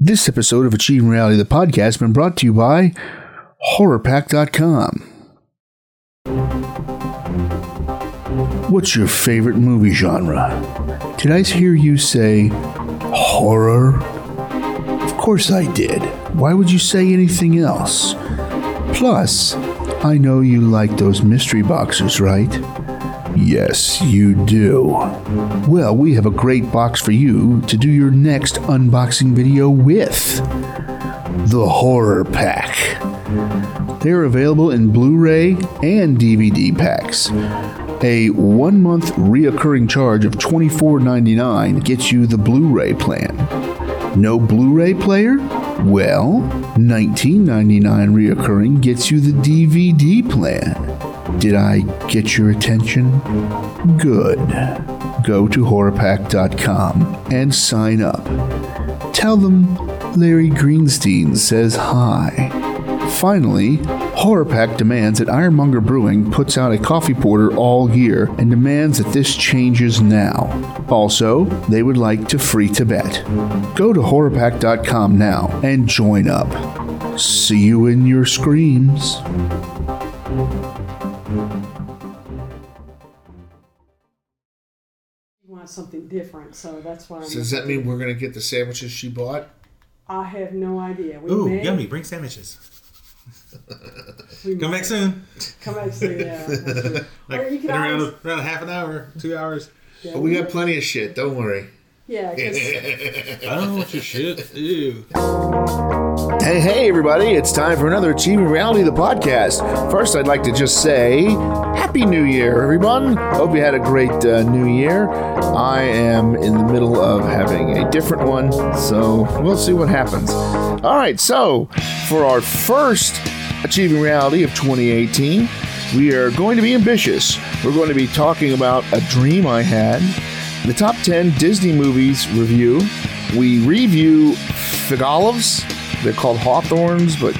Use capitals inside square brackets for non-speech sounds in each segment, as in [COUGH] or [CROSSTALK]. This episode of Achieving Reality, the podcast, has been brought to you by HorrorPack.com. What's your favorite movie genre? Did I hear you say horror? Of course I did. Why would you say anything else? Plus, I know you like those mystery boxes, right? Yes, you do. Well, we have a great box for you to do your next unboxing video with the Horror Pack. They are available in Blu ray and DVD packs. A one month reoccurring charge of $24.99 gets you the Blu ray plan. No Blu ray player? Well, $19.99 reoccurring gets you the DVD plan. Did I get your attention? Good. Go to horrorpack.com and sign up. Tell them Larry Greenstein says hi. Finally, Horror Pack demands that Ironmonger Brewing puts out a coffee porter all year and demands that this changes now. Also, they would like to free Tibet. Go to horrorpack.com now and join up. See you in your screams. You want something different, so that's why I'm, So does that mean we're gonna get the sandwiches she bought? I have no idea. We Ooh, may yummy! Bring sandwiches. we Come might back soon. Come back soon. [LAUGHS] Yeah, that's true. or you Like could in around, always, around half an hour, two hours. yeah, Oh, we got plenty of shit. Don't worry. yeah, 'cause I don't want your shit. Ew. Hey, hey, everybody, it's time for another Achieving Reality, the podcast. First, I'd like to just say Happy New Year, everyone. Hope you had a great uh, New Year. I am in the middle of having a different one, so we'll see what happens. All right, so for our first Achieving Reality of 2018, we are going to be ambitious. We're going to be talking about a dream I had the top 10 Disney movies review. We review fig olives. They're called hawthorns, but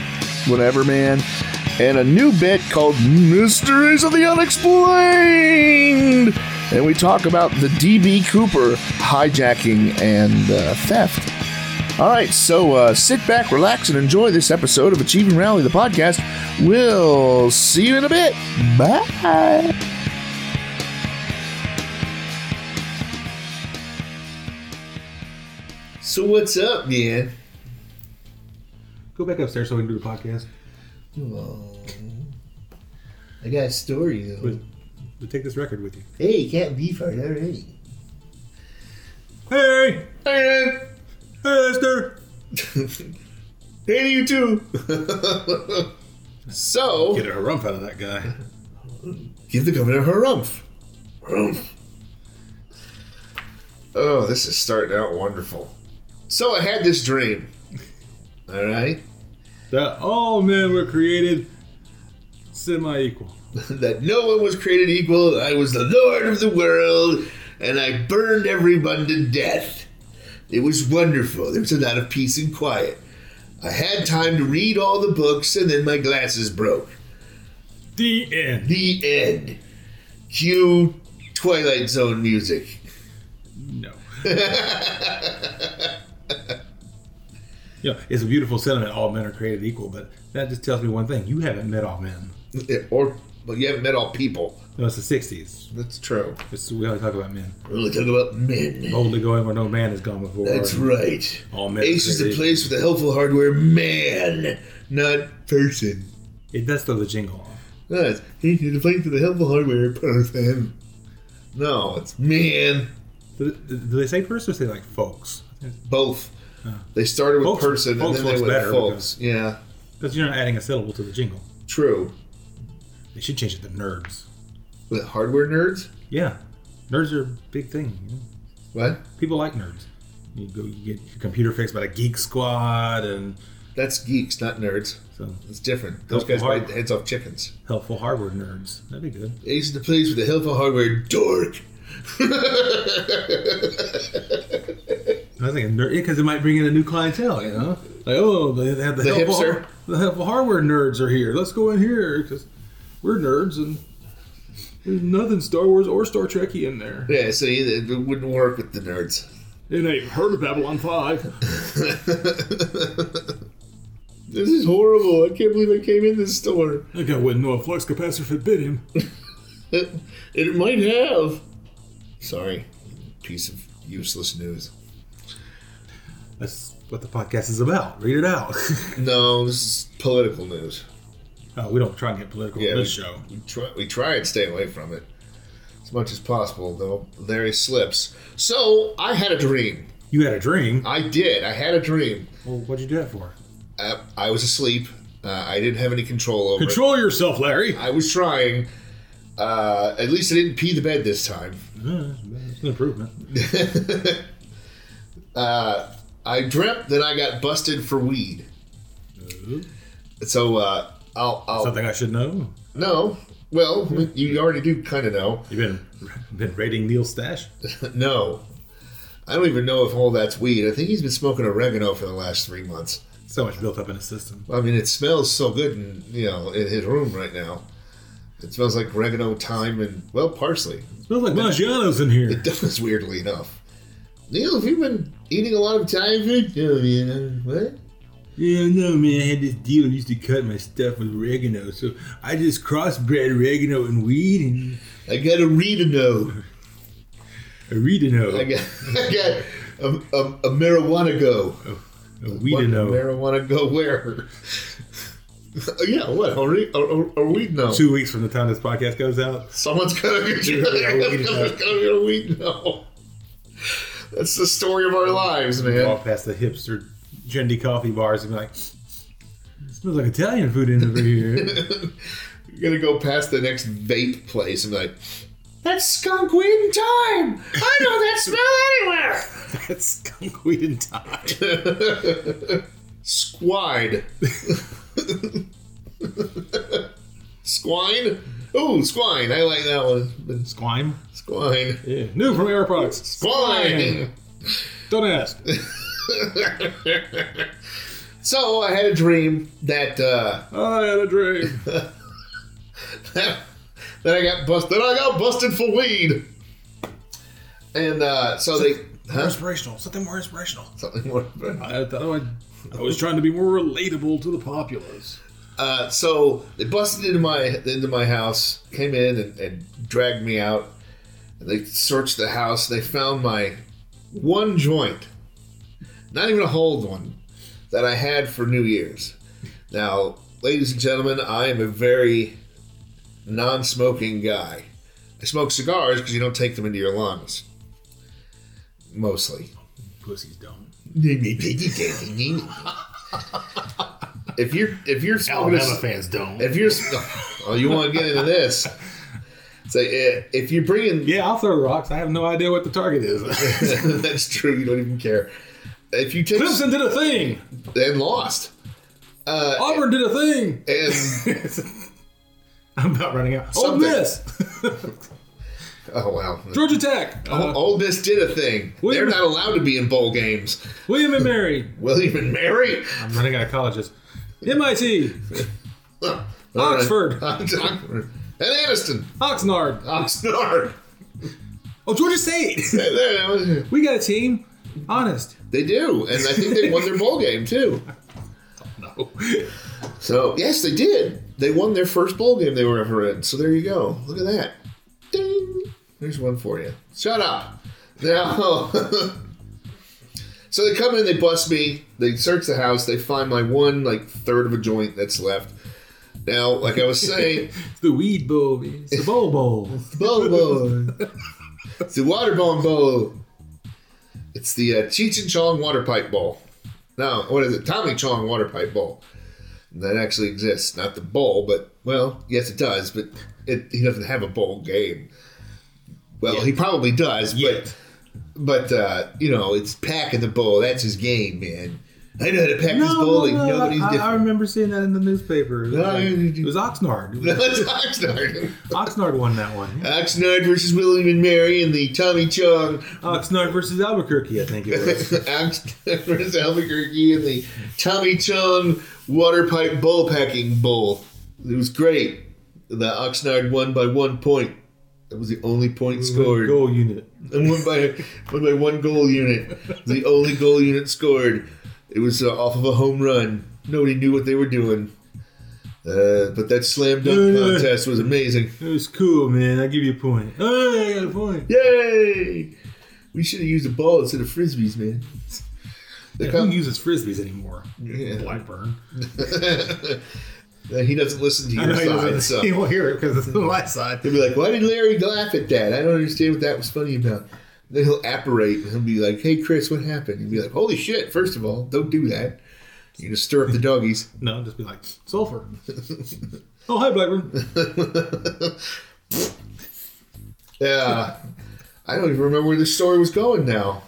whatever, man. And a new bit called Mysteries of the Unexplained. And we talk about the DB Cooper hijacking and uh, theft. All right, so uh, sit back, relax, and enjoy this episode of Achieving Rally, the podcast. We'll see you in a bit. Bye. So what's up, man? Go back upstairs so we can do the podcast. I got a story though. But, but take this record with you. Hey, you can't be far already. Hey, Hey, [LAUGHS] man. hey, Esther. hey to you [LAUGHS] too. so Get a rump out of that guy. give the governor her rumpf. Rumpf. Oh, this is starting out wonderful. So I had this dream. All right, That all men were created semi-equal. that no one was created equal. I was the lord of the world, and I burned everyone to death. It was wonderful. There was a lot of peace and quiet. I had time to read all the books, and then my glasses broke. The end. The end. Cue Twilight Zone music. [LAUGHS] No. you know, it's a beautiful sentiment. All men are created equal, but that just tells me one thing: you haven't met all men. Or, but you haven't met all people. No, it's the '60s. That's true. It's, we only talk about men. We're only talking about men. Boldly going where no man has gone before. That's And right. Oh, All men. Ace is the created- place with the helpful hardware man, not person. It does throw the jingle off. That's he's the place with the helpful hardware person. No, it's man. Do, do they say person or say like folks? Both. They started with Folks- person and folks then they works went better folks. Yeah, Because you're not adding a syllable to the jingle. true. They should change it to nerds. With hardware nerds? Yeah, nerds are a big thing. you know. What? People like nerds. You go, you get your computer fixed by the Geek Squad, and That's geeks, not nerds. so It's different. Those Helpful guys hard- bite the heads off chickens. helpful hardware nerds. That'd be good. Ace is the place with the helpful hardware dork. [LAUGHS] I was thinking nerd because it might bring in a new clientele. You know, like oh, they they have the, The helpful, hipster. the helpful hardware nerds are here. Let's go in here because we're nerds and there's nothing Star Wars or Star Trekky in there. Yeah, so you- it wouldn't work with the nerds. [LAUGHS] and I've heard of Babylon 5. This is horrible. I can't believe I came in this store. That guy wouldn't know a flux capacitor had bit him. It, it might have. Sorry. Piece of useless news. That's what the podcast is about. Read it out. [LAUGHS] No, this is political news. oh, we don't try and get political Yeah, on this we- show. We try, we try and stay away from it as much as possible, though Larry slips. So, I had a dream. You had a dream. I did. I had a dream. Well, what'd you do that for? I, I was asleep. Uh, I didn't have any control over it. Control yourself, Larry. I was trying. Uh, at least I didn't pee the bed this time. [LAUGHS] Uh, it's an improvement. Uh, I dreamt that I got busted for weed. So uh, I'll, I'll Something I should know. no. Well, you already do kind of know. You've been [LAUGHS] been raiding Neil's stash. No, I don't even know if all that's weed. I think he's been smoking oregano for the last three months. So much built up in his system. I mean, it smells so good in you know in his room right now. It smells like oregano, thyme, and well, parsley. Smells like Maggiano's in here. It [LAUGHS] does, weirdly enough. Neil, have you been eating a lot of Thai food? Oh, yeah. What? Yeah, no, man. I had this dealer used to cut my stuff with oregano, so I just crossbred oregano and weed and I got a Redano. I oregano, got, [LAUGHS] I got a, a, a marijuana go. What weedano. Marijuana go where? [LAUGHS] yeah, what? A, re- a, a, a Redano. Two weeks from the time this podcast goes out, Someone's gonna get you. [LAUGHS] Weedano. Someone's gonna get a weed no. That's the story of our lives, man. walk past the hipster trendy coffee bars and be like, smells like Italian food in over [LAUGHS] here. You're gonna go past the next vape place and be like, "That's skunk weed and time. I know that smell anywhere." [LAUGHS] That's skunk weed and time. [LAUGHS] Squide. [LAUGHS] Squine? Ooh, squine. I like that one. Squime? Squine. Yeah. New from Air Products. Squine! Don't ask. [LAUGHS] So I had a dream that uh, [LAUGHS] I had a dream. that I got busted. I got busted for weed. And uh, so they huh? inspirational. Something more inspirational. something [LAUGHS] more. I thought I, I was trying to be more relatable to the populace. Uh, so they busted into my into my house, came in and, and dragged me out. And they searched the house. They found my one joint, not even a hold one, that I had for New Year's. Now, ladies and gentlemen, I am a very non-smoking guy. I smoke cigars because you don't take them into your lungs, mostly. Pussies don't. if you're if you're smoking a, fans don't. if you're, oh, you want to get into this? So eh, if you're bringing, Yeah, I'll throw rocks. I have no idea what the target [LAUGHS] is. [LAUGHS] that's true. You don't even care. If you take Clemson did a thing. and lost, Auburn did a thing. and [LAUGHS] I'm about running out. Ole Something. Miss. [LAUGHS] oh wow, Georgia Tech. Uh, Oh, Ole Miss did a thing. They're William- not allowed to be in bowl games. William and Mary. William and Mary, [LAUGHS] I'm running out of colleges. MIT. Huh. [LAUGHS] Oxford. Oxford, and Aniston, Oxnard. Oxnard. Oh, Georgia State. we got a team. Honest. They do, and I think they won their bowl game too. [LAUGHS] No. So yes, they did. They won their first bowl game they were ever in. So there you go. Look at that. Ding. There's one for you. Shut up. Now, [LAUGHS] so they come in, they bust me, they search the house, they find my one like third of a joint that's left. Now, like I was saying, It's the weed bowl. man. It's the bowl bowl. [LAUGHS] bowl bowl. It's the water bomb bowl. It's the uh, Cheech and Chong water pipe bowl. No, what is it? Tommy Chong water pipe bowl. That actually exists. Not the bowl, but well, yes, it does. But it, he doesn't have a bowl game. Well, he probably does, Yet. but but uh, you know, it's packing the bowl. That's his game, man. I know how to pack this bowl No, like no, no, nobody's I, I different. remember seeing that in the newspaper. It was, No, like- you- you- it was Oxnard. It was- [LAUGHS] That's Oxnard. Oxnard won that one. Oxnard versus William and Mary and the Tommy Chong Oxnard versus Albuquerque, I think it was. [LAUGHS] Oxnard versus Albuquerque in the Tommy Chong water pipe bowl packing bowl. It was great. The Oxnard won by one point. That was the only point Goal scored. unit. And [LAUGHS] won by won by one goal unit. The only goal unit scored. It was uh, off of a home run. Nobody knew what they were doing. Uh, but that slam dunk Yeah. contest was amazing. It was cool, man. I give you a point. Oh, I got a point. Yay! We should have used a ball instead of frisbees, man. [LAUGHS] The Who com- uses frisbees anymore? yeah. Blackburn. he doesn't listen to I know your he side, doesn't- so he he'll won't hear it because it's on my side. be like, "Why did Larry laugh at that? I don't understand what that was funny about." Then he'll apparate and he'll be like, "Hey, Chris, what happened?" He'll be like, "Holy shit! First of all, don't do that. You're gonna stir up the doggies." No, just be like sulfur. oh, hi, Blackburn. Yeah. I don't even remember where this story was going now.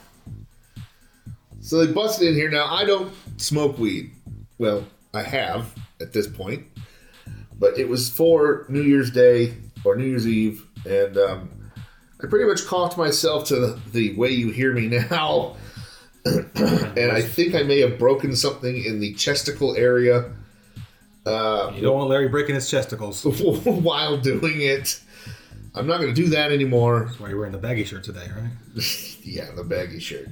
So they busted in here. Now, I don't smoke weed. Well, I have at this point. But it was for New Year's Day or New Year's Eve. And um, I pretty much coughed myself to the, the way you hear me [LAUGHS] now. and I think I may have broken something in the chesticle area [LAUGHS] You don't want Larry breaking his chesticles. That's while doing it. I'm not going to do that anymore. why you're wearing the baggy shirt today, right? Yeah, the baggy shirt.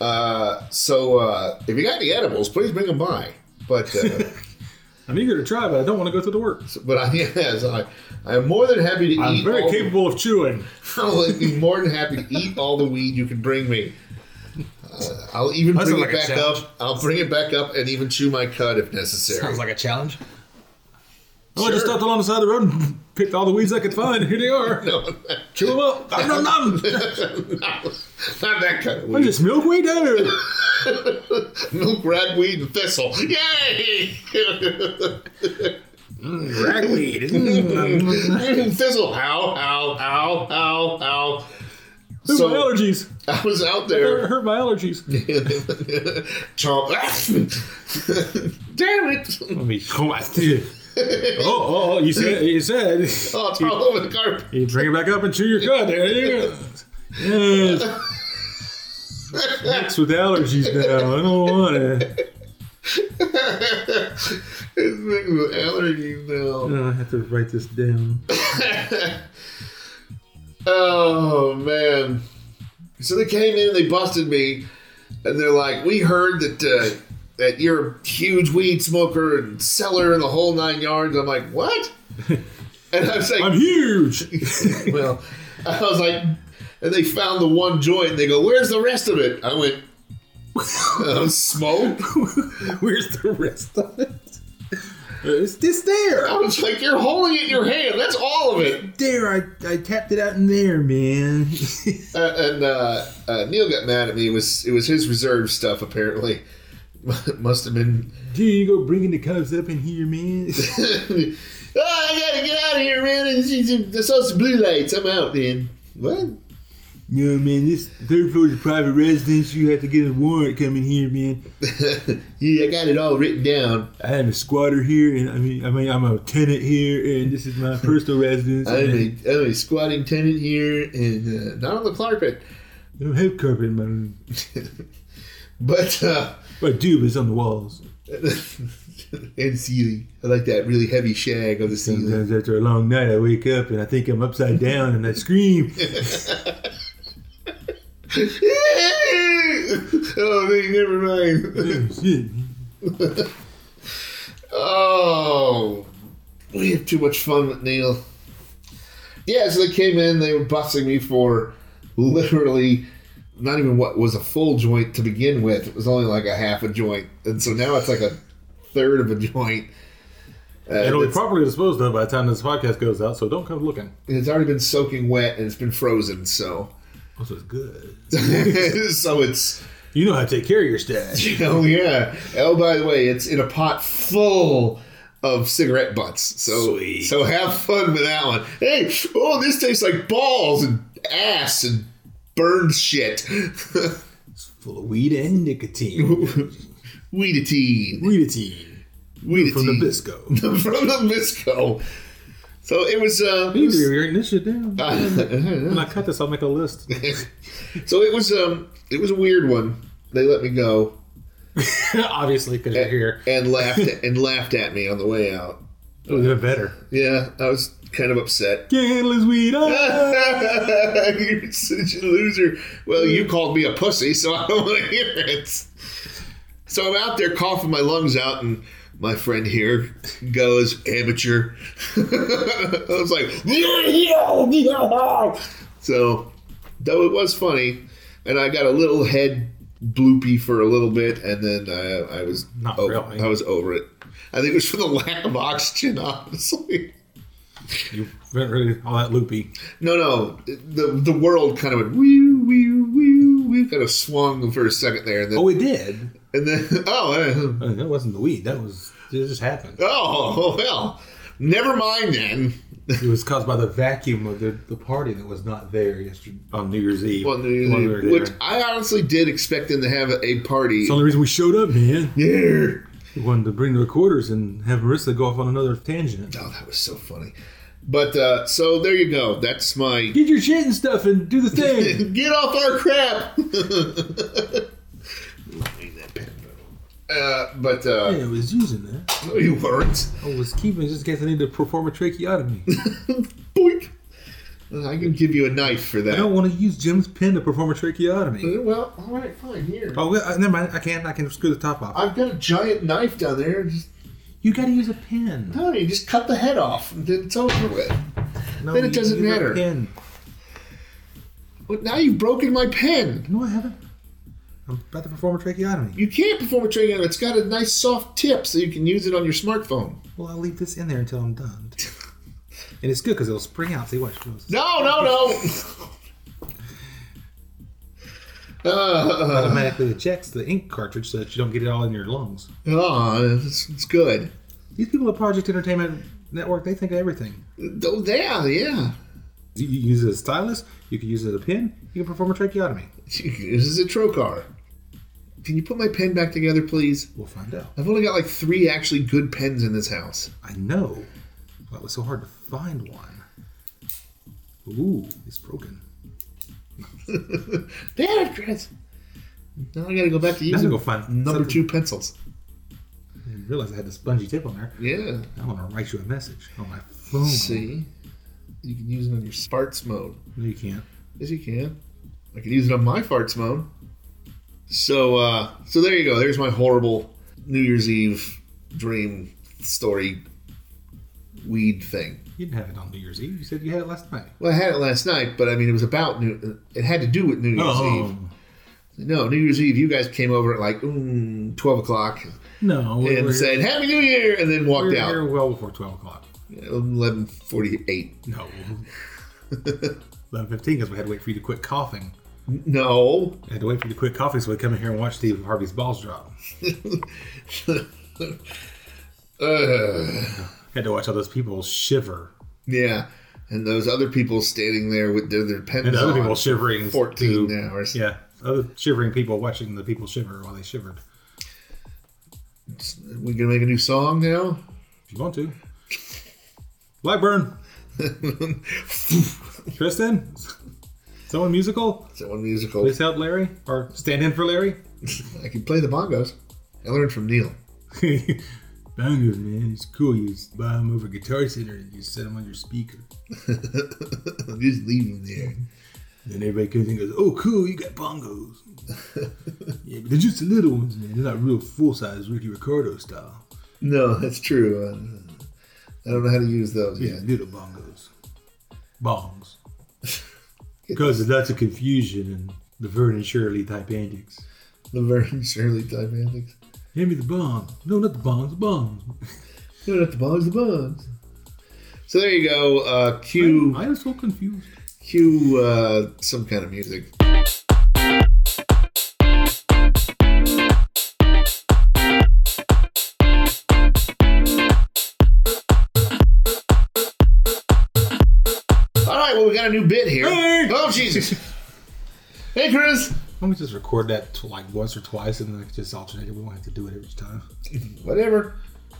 Uh, so uh, if you got any edibles, please bring them by. But [LAUGHS] uh, I'm eager to try, but I don't want to go through the work. but I, yes, I I am more than happy to I'm eat. very all- capable of chewing. [LAUGHS] I will be more than happy to eat all the weed you can bring me. Uh, I'll even That bring it sounds like a back challenge. up. I'll bring it back up and even chew my cud if necessary. [LAUGHS] Sounds like a challenge. Oh, I Sure. just stopped along the side of the road and picked all the weeds I could find. Here they are. Chew them up. [LAUGHS] Nom, nom, nom. Not that kind of I weed. just milkweed there. Milk ragweed and thistle. Yay! [LAUGHS] [LAUGHS] Ragweed. Mm. thistle. Ow! Ow! Ow! Ow! Ow! Hurt my So allergies. I was out there. Hurt, hurt my allergies. [LAUGHS] Chomp. [LAUGHS] Damn it! Let me Oh, oh, oh, you said, you said, Oh, it's all over the [LAUGHS] carpet. you bring it back up and chew your cud. There you go. Yes. Mixed with allergies now. I don't want it. It's making me allergy now. Oh, I have to write this down. Oh man! So they came in and they busted me, and they're like, "We heard that uh, that you're a huge weed smoker and seller in the whole nine yards." I'm like, "What?" And I was like, I'm huge. [LAUGHS] [LAUGHS] well, I was like, and they found the one joint. And they go, "Where's the rest of it?" I went, [LAUGHS] uh, "Smoke." Where's the rest of it? Uh, It's this there. I was like, "You're holding it in your hand. That's all of it." There, I, I tapped it out in there, man. [LAUGHS] Uh, and uh, uh, Neil got mad at me. It was it was his reserve stuff apparently. [LAUGHS] Must have been. [LAUGHS] Dude, you go bringing the cubs up in here, man. [LAUGHS] oh, I gotta get out of here, man. It's- it's- I saw some blue lights. I'm out, man. What? [LAUGHS] No, man, this third floor is a private residence. You have to get a warrant coming here, man. yeah, I got it all written down. I am a squatter here, and I mean, I mean, I'm a tenant here, and this is my personal residence. I'm and a, I'm a squatting tenant here, and uh, not on the carpet, I don't have carpet in my room. but uh, But I do, but it's on the walls. [LAUGHS] and ceiling. I like that really heavy shag of the ceiling. Sometimes after a long night, I wake up and I think I'm upside down, and I scream. [LAUGHS] [LAUGHS] oh, man, never mind. Oh, shit. Oh, we have too much fun with Neil. Yeah, so they came in, they were busting me for literally not even what was a full joint to begin with. It was only like a half a joint. And so now it's like a third of a joint. Uh, It'll be it's, properly disposed of by the time this podcast goes out, so don't come looking. it's already been soaking wet and it's been frozen, so. [LAUGHS] Also, Oh, it's good. so it's, You know how to take care of [LAUGHS] your [LAUGHS] stash. you know, yeah. Oh, by the way, it's in a pot full of cigarette butts. So, Sweet. so have fun with that one. Hey, oh, this tastes like balls and ass and burned shit. [LAUGHS] Full of weed and nicotine. Weedatine. Weedatine. Weedatine. From Nabisco. [LAUGHS] From Nabisco. So it was. Uh, it Either was- [LAUGHS] you're [LAUGHS] writing this shit down. uh, When I cut this, I'll make a list. so it was. Um, it was a weird one. They let me go. [LAUGHS] Obviously, because you're here. [LAUGHS] and laughed and laughed at me on the way out. It would have been Oh, better. Yeah, I was kind of upset. Can't lose weed. [LAUGHS] ah. [LAUGHS] You're such a loser. Well, you called me a pussy, so I don't [LAUGHS] want to hear it. So I'm out there coughing my lungs out, and my friend here goes, amateur. [LAUGHS] I was like, so though it was funny, and I got a little head bloopy for a little bit, and then I, I was Not over, really. I was over it. I think it was for the lack of oxygen, [LAUGHS] honestly. You weren't really all that loopy. No, no. The the world kind of went wee wee wee wee kind of swung for a second there, and then Oh, it did. and then [LAUGHS] oh eh, Uh, That wasn't the weed. That was it just happened. oh well, never mind then. It was caused by the vacuum of the, the party that was not there yesterday on New Year's Eve. Well, New When we Year's were Eve, which there. I honestly did expect them to have a party. It's the only reason we showed up, man. yeah. We wanted to bring the recorders and have Marissa go off on another tangent. Oh, that was so funny. But uh, so there you go. That's [LAUGHS] my Get your shit and stuff and do the thing. get off our crap. [LAUGHS] Leave that pen. Uh, but Yeah, uh, [LAUGHS] I was using that. no, you weren't. I was keeping it just in case I needed to perform a tracheotomy. Boink. I can give you a knife for I that. don't want to use Jim's pen to perform a tracheotomy. Uh, Well, all right, fine. Here, Oh, well, uh, never mind. I can. I can screw the top off. I've got a giant knife down there. Just You got to use a pen. no, you just cut the head off. and then It's over with. No, Then it you doesn't use a matter. Pen. But now you've broken my pen. No, I haven't. I'm about to perform a tracheotomy. You can't perform a trigger. It's got a nice soft tip, so you can use it on your smartphone. Well, I'll leave this in there until I'm [LAUGHS] done. and it's good because it'll spring out. See, watch. No, no, no. Uh, Automatically ejects the ink cartridge so that you don't get it all in your lungs. oh, it's, it's good. These people at Project Entertainment Network, they think of everything. Oh, yeah, yeah. You you use it as a stylus, you can use it as a pen, you can perform a tracheotomy. This is a trocar. Can you put my pen back together, please? We'll find out. I've only got like three actually good pens in this house. I know. Well, it was so hard to find one. Ooh, it's broken. [LAUGHS] Dad, Chris. Now I gotta go back to Now using go find number something. two pencils. I didn't realize I had a spongy tip on there. Yeah. I want to write you a message on my phone. See? You can use it on your farts mode. No, you can't. Yes, you can. I can use it on my farts mode. So, uh, so there you go. There's my horrible New Year's Eve dream story weed thing. You didn't have it on New Year's Eve. You said you had it last night. Well, I had it last night, but I mean, it was about New. It had to do with New Year's Oh. Eve. No, New Year's Eve. You guys came over at like mm, twelve o'clock No, we and were, said "Happy New Year" and then we were walked here out. well before 12 o'clock. Eleven forty-eight. No. [LAUGHS] 11.15 because we had to wait for you to quit coughing. No, I had to wait for you to quit coughing so we'd come in here and watch Steve Harvey's balls drop. Ugh. had to watch all those people shiver. yeah, and those other people standing there with their, their pens And other on. people shivering. 14 too. hours. Yeah, other shivering people watching the people shiver while they shivered. We gonna make a new song now? [LAUGHS] If you want to. Blackburn. Tristan. Someone musical? Is that one musical? Please help Larry. Or stand in for Larry. [LAUGHS] I can play the bongos. I learned from Neil. [LAUGHS] Bongos, man, it's cool. You buy them over Guitar Center and you set them on your speaker. I'm just leaving there. Then everybody comes in and goes, "Oh, cool, you got bongos." yeah, but they're just the little ones, man. They're not real full size Ricky Ricardo style. [LAUGHS] No, that's true. Uh, I don't know how to use those Yeah, yet. little bongos, [LAUGHS] bongs. Because there's lots of confusion and the Vernon Shirley type antics. The Vernon Shirley type antics. Hand me the bong. No, not the bongs, the bongs. No, not the bongs, the bongs. So there you go. Uh, cue, I am so confused. cue uh, some kind of music. All right, well, we got a new bit here. Oh, Jesus. Hey, Chris. Let me just record that t- like once or twice and then I can just alternate it. We won't have to do it every time. Whatever.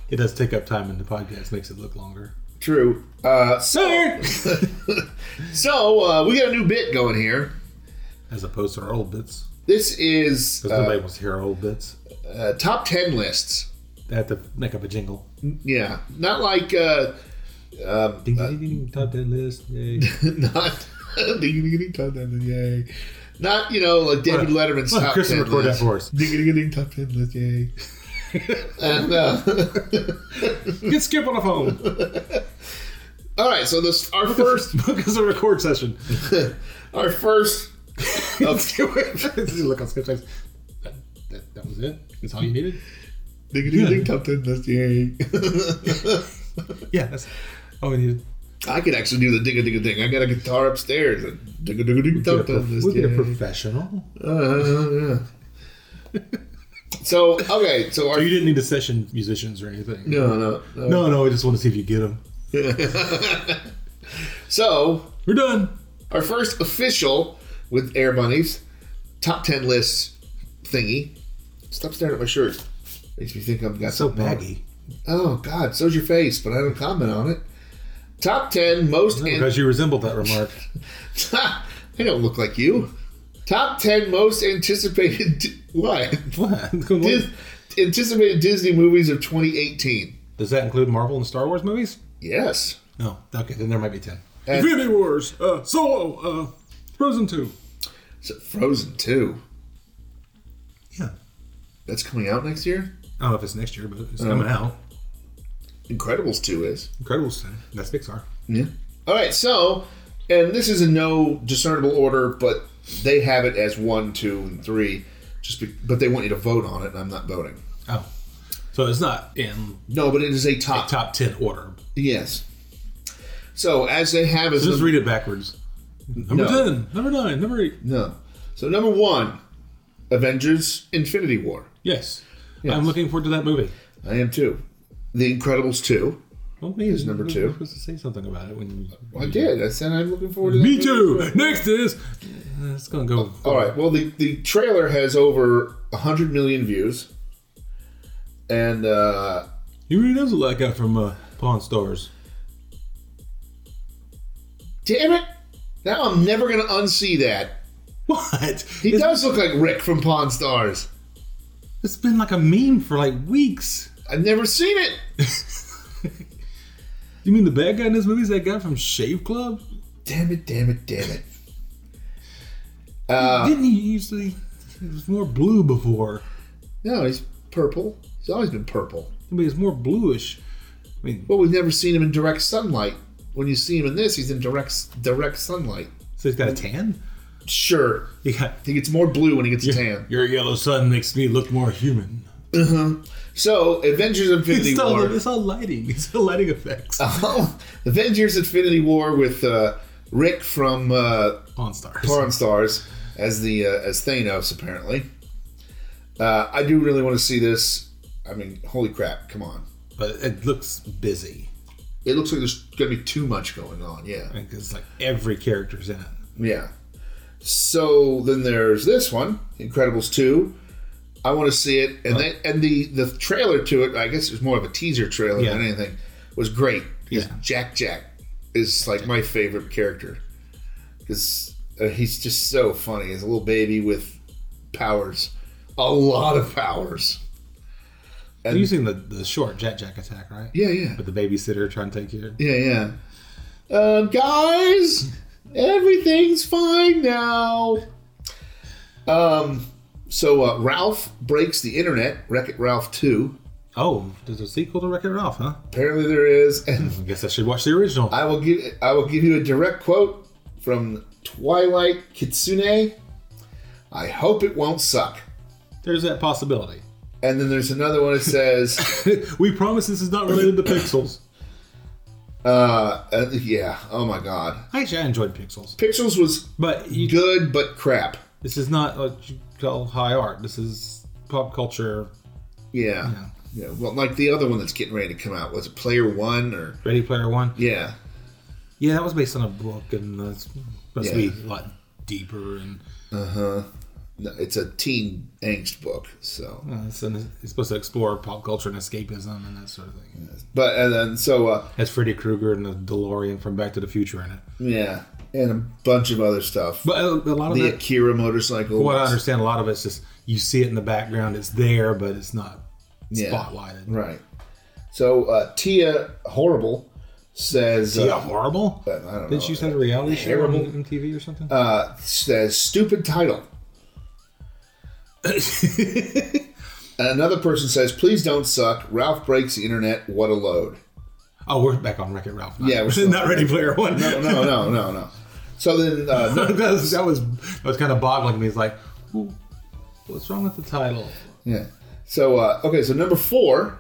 It does take up time in the podcast, makes it look longer. True. Uh, so, [LAUGHS] so uh, we got a new bit going here. As opposed to our old bits. This is Because uh, nobody wants to hear our old bits. uh, top 10 lists. I have to make up a jingle. Yeah, not like uh, [LAUGHS] um, Ding, ding, ding, ding, top ten list. Yay. [LAUGHS] not [LAUGHS] ding ding ding top ten list, yay. Not you know like David Well, Letterman's well, top Chris ten will record list. that for us. Ding ding ding top ten list, yay. and, uh, [LAUGHS] Get Skip on the phone. all right, so this our [LAUGHS] first Book us a record session. [LAUGHS] our first [LAUGHS] Look on Skip's face. That, that, that was it. That's all you needed. ding ding ding top ten list, yay. Yeah, that's all we needed. [LAUGHS] I could actually do the ding a ding a ding. I got a guitar upstairs. Ding a ding a ding We'll top get a, ten prof- list, we'll get a yay. professional. Uh, yeah. so okay, so Oh, our [LAUGHS] you didn't need to session musicians or anything. no no no. [LAUGHS] No, no, we just want to see if you get them. So We're done. our first official with Air Bunnies top ten list thingy. Stop staring at my shirt. Makes me think I've got So something on. baggy. Oh God, so's your face, but I don't comment on it. Top ten most. No, an- because you resembled that remark. [LAUGHS] [LAUGHS] I don't look like you. Top ten most anticipated. [LAUGHS] Why? [LAUGHS] what? Dis- anticipated Disney movies of 2018. Does that include Marvel and Star Wars movies? Yes. No. Okay, then there might be ten. And- Infinity Wars, uh, Solo, uh, Frozen Two. So Frozen 2. Yeah. That's coming out next year? I don't know if it's next year, but it's coming out. Incredibles 2 is. Incredibles ten. That's Pixar. Yeah. All right, so, and this is in no discernible order, but they have it as 1, 2, and 3. Just be, but they want you to vote on it, and I'm not voting. Oh. So it's not in No, but it is a top. top ten order. Yes. So, as they have as. Just num- read it backwards. Number No. ten, number nine, number eight. no. So, number one, Avengers Infinity War. Yes. I'm looking forward to that movie. I am too. The Incredibles 2. Well, me is number You're two. supposed to say something about it when you. I did. I said I'm looking forward to that Me movie. too. Next is. Uh, It's gonna go. Oh, All right. Well, the, the trailer has over 100 million views. And uh, He really does look like that from uh, Pawn Stars. [LAUGHS] damn it. Now I'm never going to unsee that. What? He it's, does look like Rick from Pawn Stars. it's been like a meme for like weeks. I've never seen it. You mean the bad guy in this movie is that guy from Shave Club? Damn it, damn it, damn it. Uh. Didn't he usually? He was more blue before. No, he's purple. He's always been purple. I mean, it's more bluish. I mean, Well, we've never seen him in direct sunlight. When you see him in this, he's in direct direct sunlight. so he's got a tan. Sure, He got he gets more blue when he gets [LAUGHS] tan. your yellow sun makes me look more human. So, Avengers Infinity It's all, War. it's all lighting. It's all lighting effects. Uh, Oh, [LAUGHS] Avengers Infinity War with uh, Rick from uh, Pawn Stars. Pawn Stars as the uh, as Thanos apparently. Uh, I do really want to see this. I mean, holy crap! Come on, But it looks busy. it looks like there's gonna be too much going on. Yeah, Like, It's like every character's in it. yeah. So then there's this one, Incredibles two. I want to see it, and then and the the trailer to it. I guess it was more of a teaser trailer Yeah. than anything. Was great. because Yeah. Jack Jack is like my favorite character because uh, he's just so funny. He's a little baby with powers, a lot of powers. You've seen the, the short Jack Jack attack, right? Yeah, yeah, With the babysitter trying to take care. yeah, yeah. Uh, guys, everything's fine now. Um, so uh, Ralph breaks the internet. Wreck It Ralph two. Oh, there's a sequel to Wreck It Ralph, huh? Apparently there is, and I guess I should watch the original. I will give I will give you a direct quote from Twilight Kitsune. I hope it won't suck. There's that possibility. And then there's another one that says, [LAUGHS] we promise this is not [COUGHS] related to Pixels. uh, uh, yeah, oh my god. Actually, I enjoyed Pixels, Pixels was but you, good but crap. this is not what you call high art. This is pop culture. Yeah. yeah. well, like the other one that's getting ready to come out was it Player One or Ready Player One. yeah, Yeah, that was based on a book, and that's supposed to be Yeah. a lot deeper, and no, it's a teen angst book. So, uh, it's, an, it's supposed to explore pop culture and escapism and that sort of thing. but and then so uh, Has Freddy Krueger and the DeLorean from Back to the Future in it. yeah, and a bunch of other stuff. But uh, a, a lot of the that, Akira motorcycle. what I was- understand, a lot of it's just you see it in the background. It's there, but it's not Yeah. spotlighted. Right. So uh, Tia Horrible says Yeah, uh, horrible. I don't know. Didn't she used to have a reality show on Oh, Terrible. MTV or something? uh, says stupid title. Another person says, "Please don't suck." Ralph breaks the internet. What a load. [LAUGHS] oh, we're back on Wreck It Ralph. Yeah, we're we're still- [LAUGHS] not Ready Player One. No, no, no, no, no. So then, [LAUGHS] uh, no, that, was, that was that was kind of boggling me. It's like, "Ooh, what's wrong with the title? yeah. So uh, okay, so number four,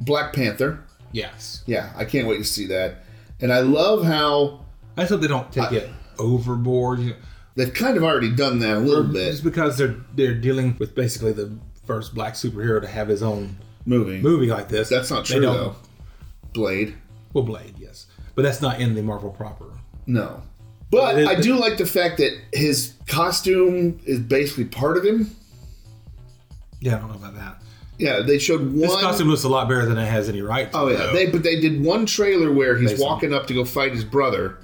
Black Panther. Yes, Yeah, I can't wait to see that. And I love how I just hope they don't take it overboard. you know. they've kind of already done that a little bit. Just because they're they're dealing with basically the first black superhero to have his own Movie. movie like this. That's not They true don't- though. Blade. Well, Blade, yes, but that's not in the Marvel proper. No. But It is- I do like the fact that his costume is basically part of him. Yeah, I don't know about that. Yeah, they showed one This costume looks a lot better than it has any right. to, Oh yeah, though. they but they did one trailer where he's Based on- walking up to go fight his brother,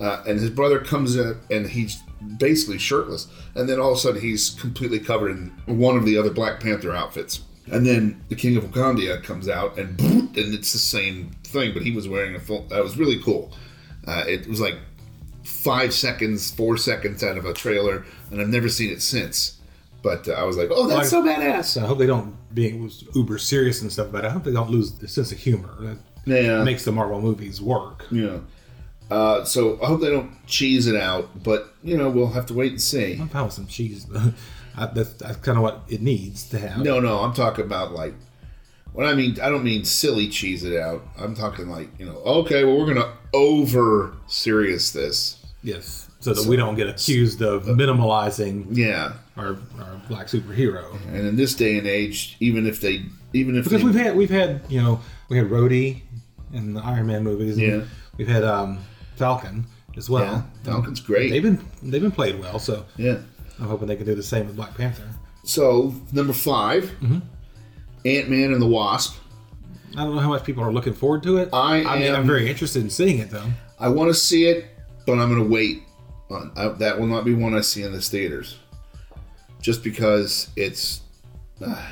uh, and his brother comes in and he's basically shirtless, and then all of a sudden he's completely covered in one of the other Black Panther outfits, and then the King of Wakanda comes out and boop, and it's the same thing, but he was wearing a full. That was really cool. Uh, it was like five seconds, four seconds out of a trailer, and I've never seen it since. But uh, I was like, oh, that's so badass. So I hope they don't being was uber serious and stuff, but I hope they don't lose the sense of humor that Yeah. makes the Marvel movies work. Yeah. Uh, so I hope they don't cheese it out, but you know we'll have to wait and see. I'm fine with some cheese. I, that's that's kind of what it needs to have. No, no, I'm talking about like what I mean. I don't mean silly cheese it out. I'm talking like you know, okay, well we're gonna over serious this. Yes, so that we don't get accused of minimalizing Yeah, our, our black superhero. and in this day and age, even if they, even if Because they, we've had we've had you know we had Rhodey in the Iron Man movies. and Yeah. we've had um, Falcon as well. yeah, Falcon's They've great. been they've been played well, so Yeah. I'm hoping they can do the same with Black Panther. So number 5 Mm-hmm. Ant Man and the Wasp. I don't know how much people are looking forward to it. I mean, am- I'm very interested in seeing it though. I want to see it, but I'm going to wait. On, I, that will not be one I see in the theaters, just because it's [SIGHS] uh,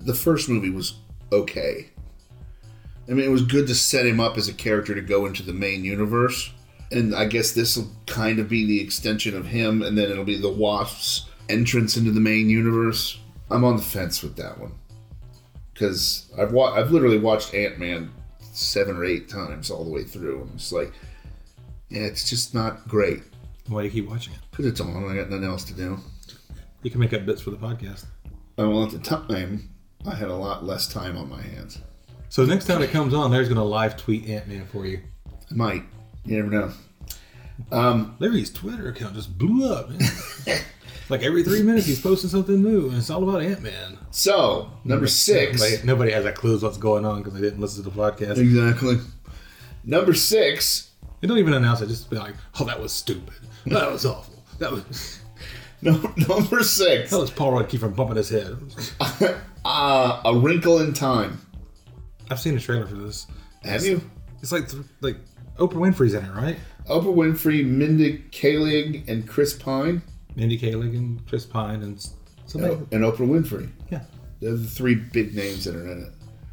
the first movie was okay. I mean, it was good to set him up as a character to go into the main universe, and I guess this will kind of be the extension of him, and then it'll be the Wasp's entrance into the main universe. I'm on the fence with that one because I've wa- I've literally watched Ant Man seven or eight times all the way through. I'm just like, yeah, it's just not great Why do you keep watching it? because it's on. and I got nothing else to do. You can make up bits for the podcast. And well, at the time, I had a lot less time on my hands. So next time it comes on, Larry's gonna live tweet Ant Man for you. I might, you never know. Larry's Twitter account just blew up. Man. [LAUGHS] like every three minutes, he's posting something new, and it's all about Ant Man. So number six, Nobody, nobody has a clue what's going on because they didn't listen to the podcast. They exactly. Number six, [LAUGHS] don't even announce it. Just be like, "Oh, that was stupid. That was awful. That was no, number six, that was Paul Rudd keep from bumping his head." [LAUGHS] uh, a wrinkle in time. I've seen a trailer for this. Have you? It's like th- like Oprah Winfrey's in it, right? Oprah Winfrey, Mindy Kaling, and Chris Pine, Mindy Kaling and Chris Pine and s- something. and Oprah Winfrey. Yeah, They're the three big names that are in it.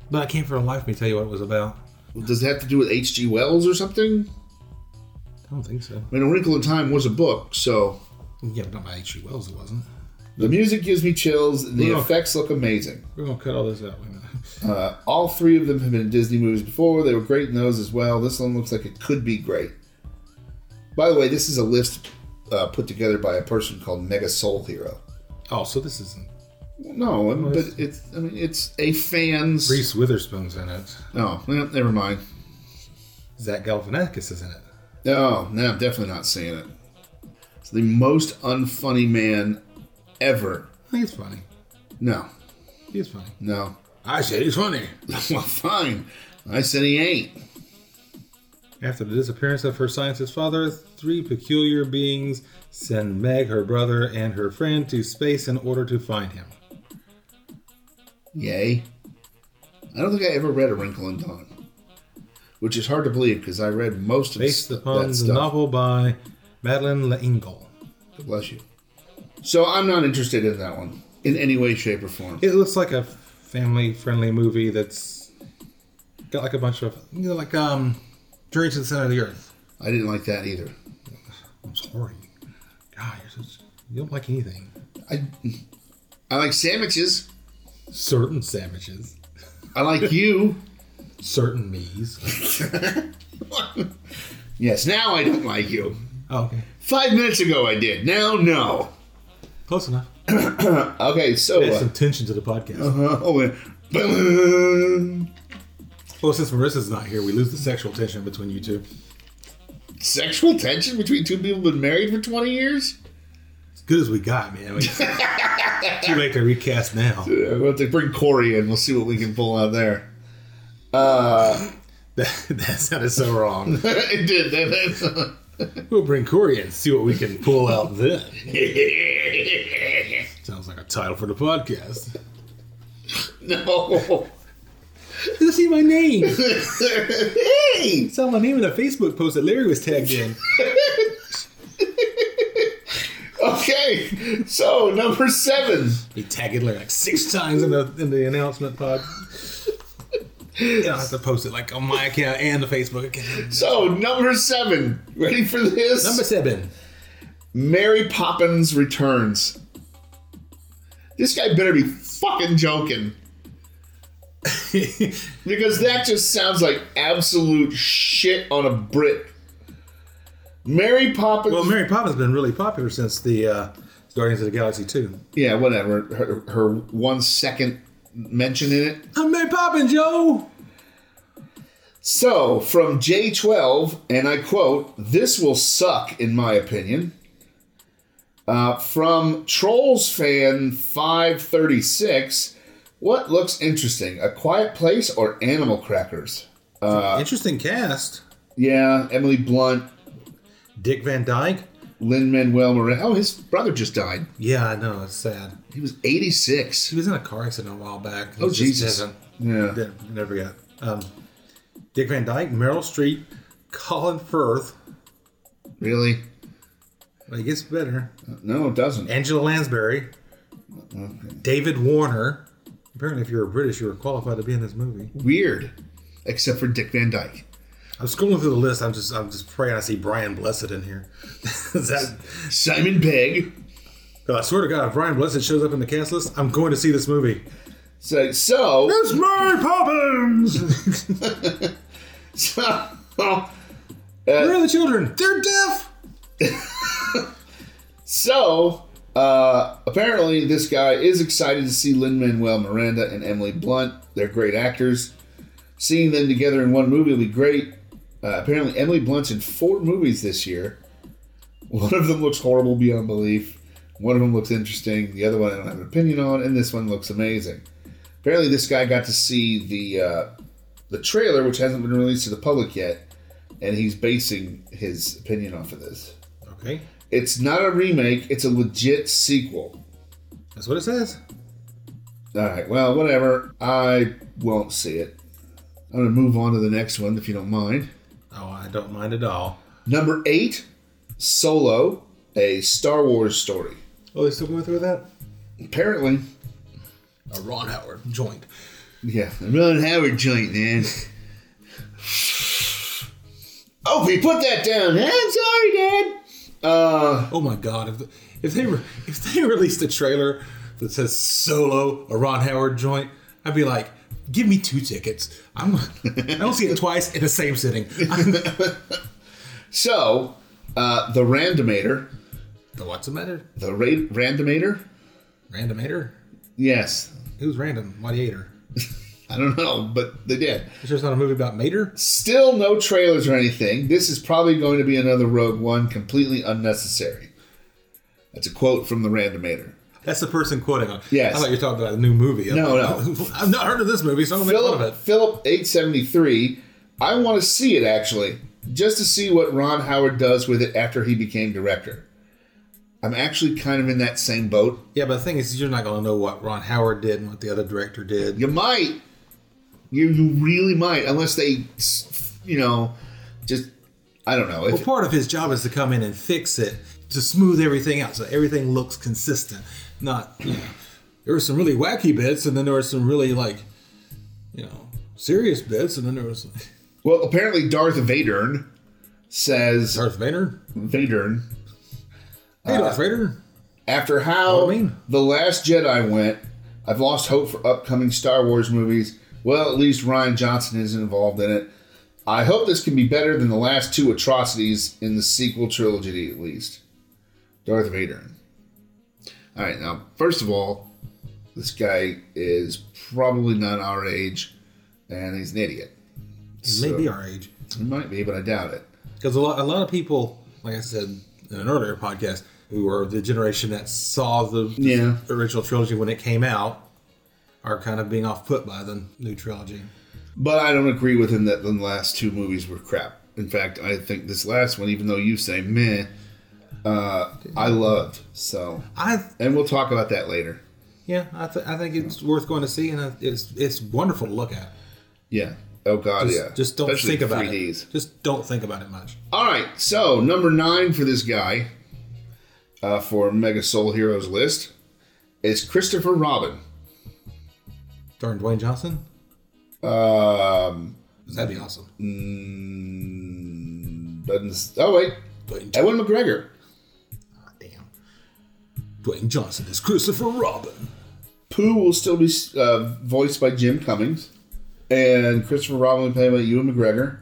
but I can't for the life of me tell you what it was about. Does it have to do with H.G. Wells or something? I don't think so. I mean, A Wrinkle in Time was a book, so Yeah, but not by H.G. Wells. It wasn't. the music gives me chills. and The Yeah. effects look amazing. We're gonna cut all this out. Wait a minute. Uh, all three of them have been in Disney movies before. They were great in those as well. This one looks like it could be great. By the way, this is a list uh, put together by a person called Mega Soul Hero. Oh, so this isn't No, I mean, but it's I mean it's a fan's. Reese Witherspoon's in it. No, well, never mind. Zach Galifianakis is in it. No, Oh, no, I'm definitely not seeing it. It's the most unfunny man ever. I think it's funny. No, He's funny. no, [LAUGHS] I said he's funny. well, fine. I said he ain't. After the disappearance of her scientist father, three peculiar beings send Meg, her brother, and her friend to space in order to find him. Yay. I don't think I ever read A Wrinkle in Time, which is hard to believe because I read most of Based s- upon that the stuff. novel by Madeline L'Engle. Bless you. So I'm not interested in that one in any way, shape, or form. It looks like a family-friendly movie that's got like a bunch of you know, like um, Journey to the Center of the Earth. I didn't like that either. I'm sorry, God, you're such, you don't like anything. I I like sandwiches. Certain sandwiches, I like you. [LAUGHS] certain me's. Yes, now I don't like you. [LAUGHS] Oh, okay, Five minutes ago I did. Now no. close enough. Uh-huh. Okay, so Add uh, some tension to the podcast. oh, and- [LAUGHS] boom. Well, since Marissa's not here, we lose the sexual tension between you two. [LAUGHS] sexual tension between two people who've been married for twenty years. As good as we got, man. Like, [LAUGHS] too late to recast now. [LAUGHS] Yeah, We'll have to bring Corey in. We'll see what we can pull out there. [LAUGHS] That, that sounded so wrong. it did. didn't it? We'll bring Corey in and see what we can pull out then. Sounds like a title for the podcast. [LAUGHS] no. You see my name. hey. Saw my name in a Facebook post that Larry was tagged in. Okay. So number seven. He tagged Larry like six times in the in the announcement pod. And I'll have to post it like on my account and the Facebook account. So number seven. Ready for this? Number seven. Mary Poppins returns. This guy better be fucking joking. Because that just sounds like absolute shit on a Brit. Mary Poppins. [LAUGHS] well, Mary Poppins has been really popular since the uh, Guardians of the Galaxy 2. yeah, whatever. Her, her one second mention in it. I'm Mary Poppins, yo! So, from J12, and I quote, this will suck, in my opinion. Uh, from Trolls fan 536, what looks interesting? A quiet place or animal crackers? Uh, Interesting cast. Yeah, Emily Blunt, Dick Van Dyke? Lynn Manuel Miranda. Oh, his brother just died. Yeah, I know, it's sad. He was 86. He was in a car accident a while back. He Oh, just Jesus. hasn't- Yeah. didn't- Never got. Um, Dick Van Dyke, Meryl Streep, Colin Firth. Really? Well, It gets better. No, it doesn't. Angela Lansbury. David Warner. Apparently, if you're a British, you're qualified to be in this movie. Weird. Except for Dick Van Dyke. I'm scrolling through the list. I'm just, I'm just praying I see Brian Blessed in here. [LAUGHS] Is that? Simon Pegg. I swear to God, if Brian Blessed shows up in the cast list, I'm going to see this movie. So, so [LAUGHS] It's Mary [LAUGHS] Poppins. so Where are the children? They're deaf. So, uh, apparently, this guy is excited to see Lin Manuel Miranda and Emily Blunt. They're great actors. Seeing them together in one movie will be great. Uh, apparently, Emily Blunt's in four movies this year. One of them looks horrible beyond belief. One of them looks interesting. The other one I don't have an opinion on, and this one looks amazing. Apparently, this guy got to see the uh, the trailer, which hasn't been released to the public yet, and he's basing his opinion off of this. Okay, It's not a remake, it's a legit sequel. that's what it says. Alright, well, whatever. I won't see it. I'm gonna move on to the next one if you don't mind. Oh, I don't mind at all. Number eight Solo, a Star Wars story. Oh, they still going through with that? Apparently, A Ron Howard joint. yeah, a Ron Howard joint, man. Oh, he put that down. I'm sorry, Dad. Uh, Oh my God! If if they re- if they [LAUGHS] released a trailer that says Solo a Ron Howard joint, I'd be like, give me two tickets. I'm I don't see it twice in the same sitting. [LAUGHS] so, uh, the Randomator, the what's the matter? the ra- Randomator. Randomator? Yes, Who's random? Why the hater? I don't know, but they did. It's just not a movie about Mater. Still no trailers or anything. This is probably going to be another Rogue One, completely unnecessary. That's a quote from the Randomator. That's the person quoting on. Yes. I thought you were talking about a new movie. I'm No, like, [LAUGHS] I've not heard of this movie, so I'm gonna make fun Philip of Philip eight seventy three. I want to see it actually, just to see what Ron Howard does with it after he became director. I'm actually kind of in that same boat. it. Yeah, but the thing is, you're not gonna know what Ron Howard did and what the other director did. You might, you, you really might, unless they, you know, just I don't know. If, Well, part of his job is to come in and fix it to smooth everything out so everything looks consistent. Not, you know, there were some really wacky bits, and then there were some really like, you know, serious bits, and then there was Well, apparently Darth Vadern says Darth Vader. Vadern Hey, Uh, Darth Vader. after how What do you mean? the Last Jedi went. I've lost hope for upcoming Star Wars movies. Well, at least Ryan Johnson isn't involved in it. I hope this can be better than the last two atrocities in the sequel trilogy, at least. Darth Vader. All right, now, first of all, this guy is probably not our age, and he's an idiot. So- Maybe our age. He might be, but I doubt it. because a lot, a lot of people, like I said in an earlier podcast, who are the generation that saw the Yeah. original trilogy when it came out, are kind of being off put by the new trilogy. But I don't agree with him that the last two movies were crap. In fact, I think this last one, even though you say meh, uh, I loved. So, I and we'll talk about that later. yeah, I, th- I think it's worth going to see, and I- it's it's wonderful to look at. Yeah. Oh God, Just, yeah. just don't Especially think about 3Ds. it. Just don't think about it much. All right. So number nine for this guy, uh, for Mega Soul Heroes list, is Christopher Robin. Darn Dwayne Johnson, Um, 'Cause that'd be awesome. mm, doesn't. Oh wait, Dwayne, Edwin McGregor. damn. Dwayne Johnson is Christopher Robin. Pooh will still be uh, voiced by Jim Cummings, and Christopher Robin will be played by Ewan McGregor.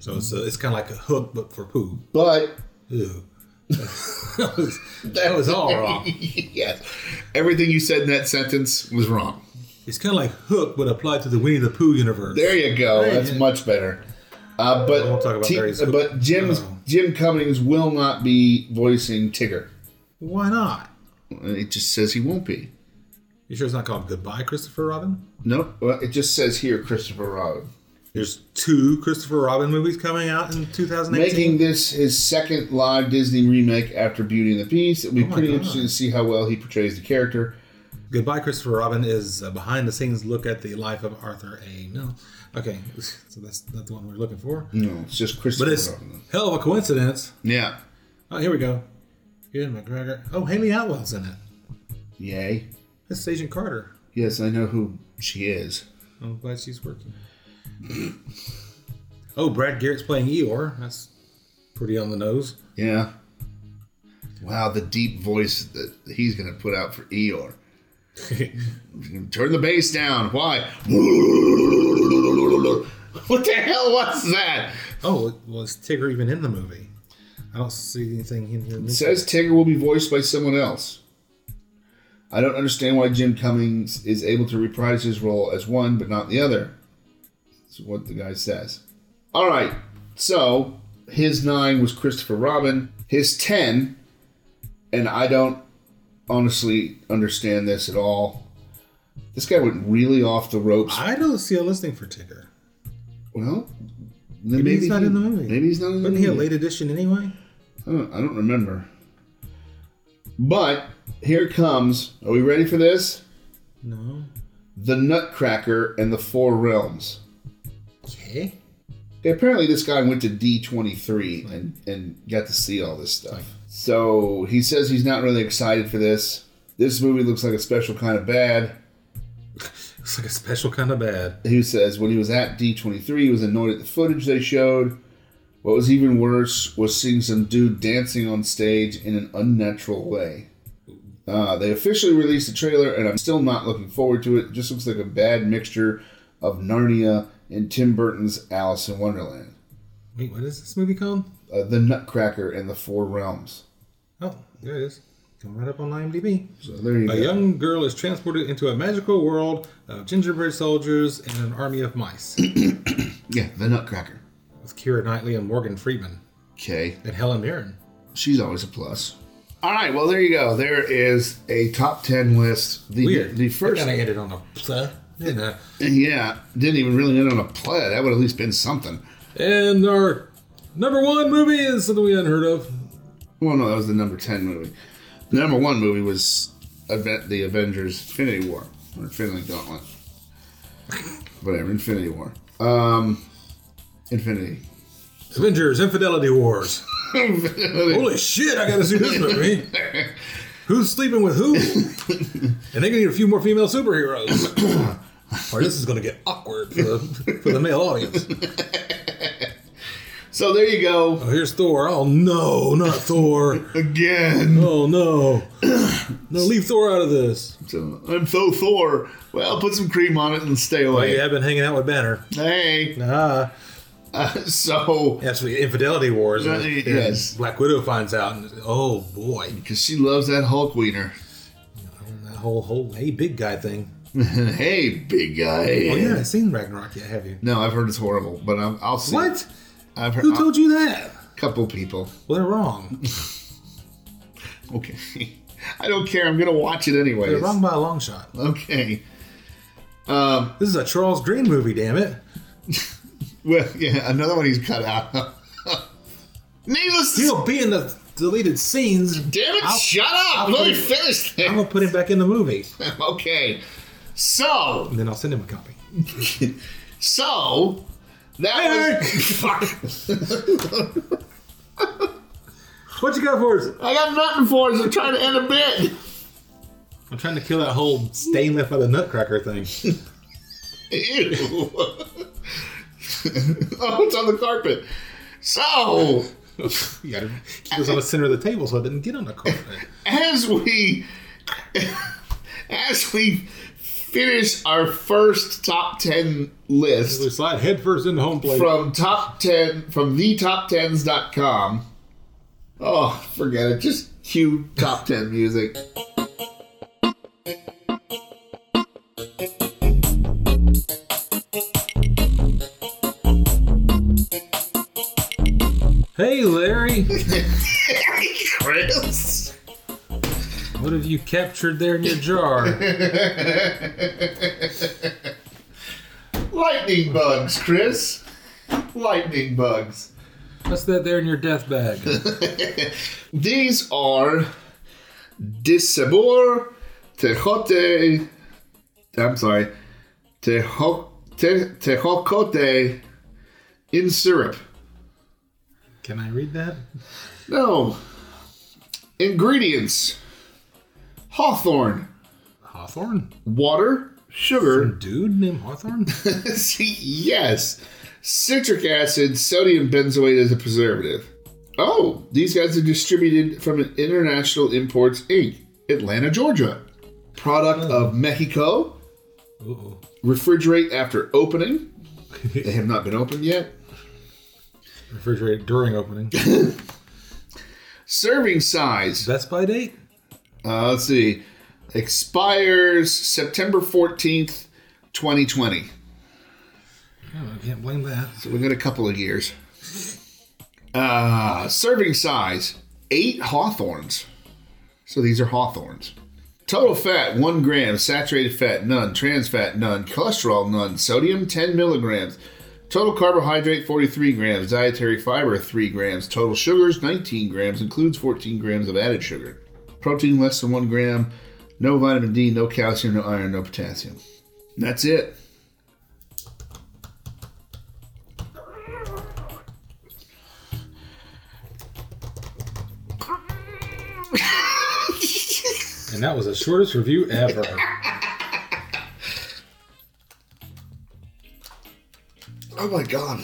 So it's uh it's kind of like a hook, but for poo. But Ew. [LAUGHS] that, was, that was all wrong. [LAUGHS] yes, everything you said in that sentence was wrong. It's kind of like Hook, but applied to the Winnie the Pooh universe. There you go. Hey, That's yeah. much better. Uh, but won't talk about Ti- Barry's- but Jim's, Oh. Jim Cummings will not be voicing Tigger. Why not? It just says he won't be. You sure it's not called Goodbye, Christopher Robin? Nope. Well, it just says here Christopher Robin. There's two Christopher Robin movies coming out in 2018. Making this his second live Disney remake after Beauty and the Beast. It'll be Oh my pretty God. interesting to see how well he portrays the character. Goodbye, Christopher Robin is a behind the scenes look at the life of Arthur A. No. Okay, [LAUGHS] so that's not the one we're looking for. No, it's just Christopher But it's Robin. hell of a coincidence. Yeah. Oh, here we go. Ewan McGregor. Oh, Haley Atwell's in it. Yay. That's Agent Carter. Yes, I know who she is. I'm glad she's working. oh, Brad Garrett's playing Eeyore. That's pretty on the nose. Yeah. Wow, the deep voice that he's going to put out for Eeyore. Turn the bass down. Why? [LAUGHS] What the hell was that? oh, was Tigger even in the movie? I don't see anything in here. It says Tigger will be voiced by someone else. I don't understand why Jim Cummings is able to reprise his role as one but not the other. That's what the guy says. All right, so his nine was Christopher Robin. His ten, and I don't honestly understand this at all. This guy went really off the ropes. I don't see a listing for Tigger. well, Maybe, he's not in the movie. Maybe he's not in the Wasn't movie. he a late edition anyway? I don't, I don't remember. But here comes. Are we ready for this? No. The Nutcracker and the Four Realms. Okay. Okay, apparently, this guy went to D23 and, and got to see all this stuff. So he says he's not really excited for this. This movie looks like a special kind of bad. Looks like a special kind of bad. Who says when he was at D23, he was annoyed at the footage they showed. What was even worse was seeing some dude dancing on stage in an unnatural way. Uh, they officially released the trailer, and I'm still not looking forward to it. It just looks like a bad mixture of Narnia and Tim Burton's Alice in Wonderland. Wait, what is this movie called? Uh, the Nutcracker and the Four Realms. Oh, there it is. Coming right up on IMDb. So there you go. A young girl is transported into a magical world of gingerbread soldiers and an army of [CLEARS THROAT] mice. Yeah, the Nutcracker. with Kira Knightley and Morgan Freeman Okay. and Helen Mirren. She's always a plus. All right, well, there you go. There is a top 10 list. The, Weird. The first. kind of ended on a pleh, you know. Yeah, didn't even really end on a play. That would at least been something. And our number one movie is something we hadn't heard of. Well, no, that was the number ten movie. The number one movie was Aven- the Avengers: Infinity War or Infinity Gauntlet, whatever. Infinity War. Um, Infinity. [LAUGHS] Avengers: Infidelity Wars. Holy Holy shit! I gotta see this movie. Who's sleeping with who? and they're gonna need a few more female superheroes. or this is gonna get awkward for the, for the male audience. So there you go. Oh, here's Thor. Oh no, not Thor. Again. Oh no. No, leave Thor out of this. So, I'm so Thor. Well, put some cream on it and stay But you away. have Oh, been hanging out with Banner. Hey. Ah. [LAUGHS] So, That's the infidelity wars. Uh, and- and yes. Black Widow finds out, and oh boy, because she loves that Hulk wiener. [LAUGHS] that whole whole hey big guy thing. hey, big guy. Oh, you haven't seen Ragnarok yet, have you? No, I've heard it's horrible, but I'm, I'll see. What? I've heard Who told you that? a couple people. Well, they're wrong. Okay. [LAUGHS] I don't care. I'm gonna watch it They're anyways. wrong by a long shot. Okay. This is a Charles Green movie, damn it. Well, yeah, another one he's cut out. [LAUGHS] Needless. to He'll be in the deleted scenes. Damn it! I'll- shut up! I'll Let me put it- finish. I'm This. gonna put him back in the movie, [LAUGHS] okay. So, and then I'll send him a copy. so that [LAUGHS] was fuck. What you got for us? I got nothing for us. I'm trying to end a bit. I'm trying to kill that whole stain left by the Nutcracker thing. Ew. [LAUGHS] oh, it's on the carpet. So, [LAUGHS] you gotta keep this on the center of the table so it doesn't get on the carpet. as we as we finish our first top 10 So we list slide headfirst into home plate. from top 10 from the top10s.com oh forget it just cue top 10 music [LAUGHS] Hey, Larry. chris [LAUGHS] What have you captured there in your jar? lightning bugs chris lightning bugs What's that there in your death bag? These are Disabor, Tejote, I'm sorry, Tejo, te, Tejocote in syrup. Can I read that? No. Ingredients Hawthorn, Hawthorne? water, sugar, Dude named Hawthorne? [LAUGHS] yes, citric acid, sodium benzoate as a preservative. Oh, these guys are distributed from an International Imports Inc., Atlanta, Georgia. Product of Mexico. Uh-oh. Refrigerate after opening. They have not been opened yet. Refrigerated during opening. Serving size. Best by date? Uh, let's see. Expires September 14th, 2020. Oh, I can't blame that. So we got a couple of years. Uh, serving size eight hawthorns. So these are hawthorns. Total fat one gram, saturated fat none, trans fat none, cholesterol none, sodium 10 milligrams, total carbohydrate 43 grams, dietary fiber 3 grams, total sugars 19 grams, includes 14 grams of added sugar, protein less than 1 gram, no vitamin D, no calcium, no iron, no potassium. And that's it. And that was the shortest review ever. Oh my god.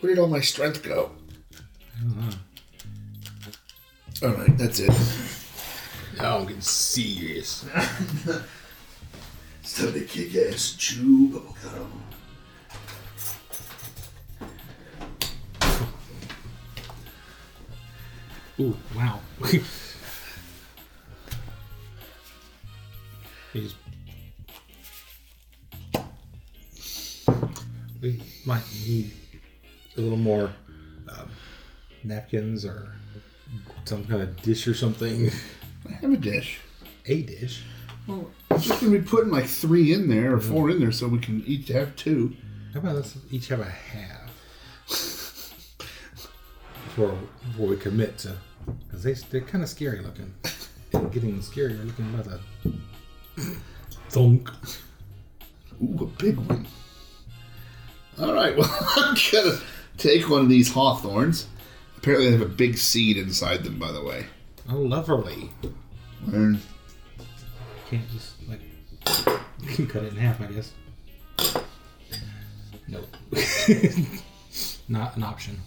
Where did all my strength go? Alright, that's it. Now I'm getting serious. It's time to kick ass, chew bubblegum. Ooh, [LAUGHS] wow. He's. We might need a little more um, napkins or some kind of dish or something. I have a dish. A dish. Well, I'm just gonna be putting like three in there or four in there so we can each have two. How about let's each have a half before, before we commit to. Because they, they're kind of scary looking. And getting scarier looking by the. Thunk. Ooh, a big one. Alright, [LAUGHS] well, I'm gonna take one of these hawthorns. Apparently, they have a big seed inside them, by the way. Oh, lovely. Learn. Can't just like you can cut it in half, I guess. Nope. [LAUGHS] Not an option.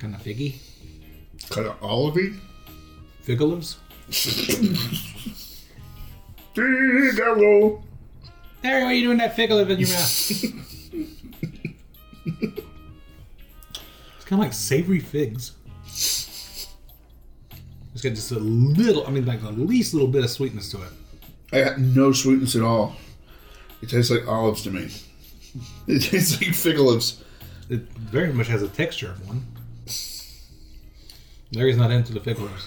Kind of figgy. Cut out all of it. Figglums? Figaro. Harry, why are you doing that figgle in your mouth? [LAUGHS] it's kind of like savory figs. It's got just a little, I mean, like the least little bit of sweetness to it. I got no sweetness at all. It tastes like olives to me. [LAUGHS] It tastes like fig olives. It very much has a texture of one. Larry's not into the figglers.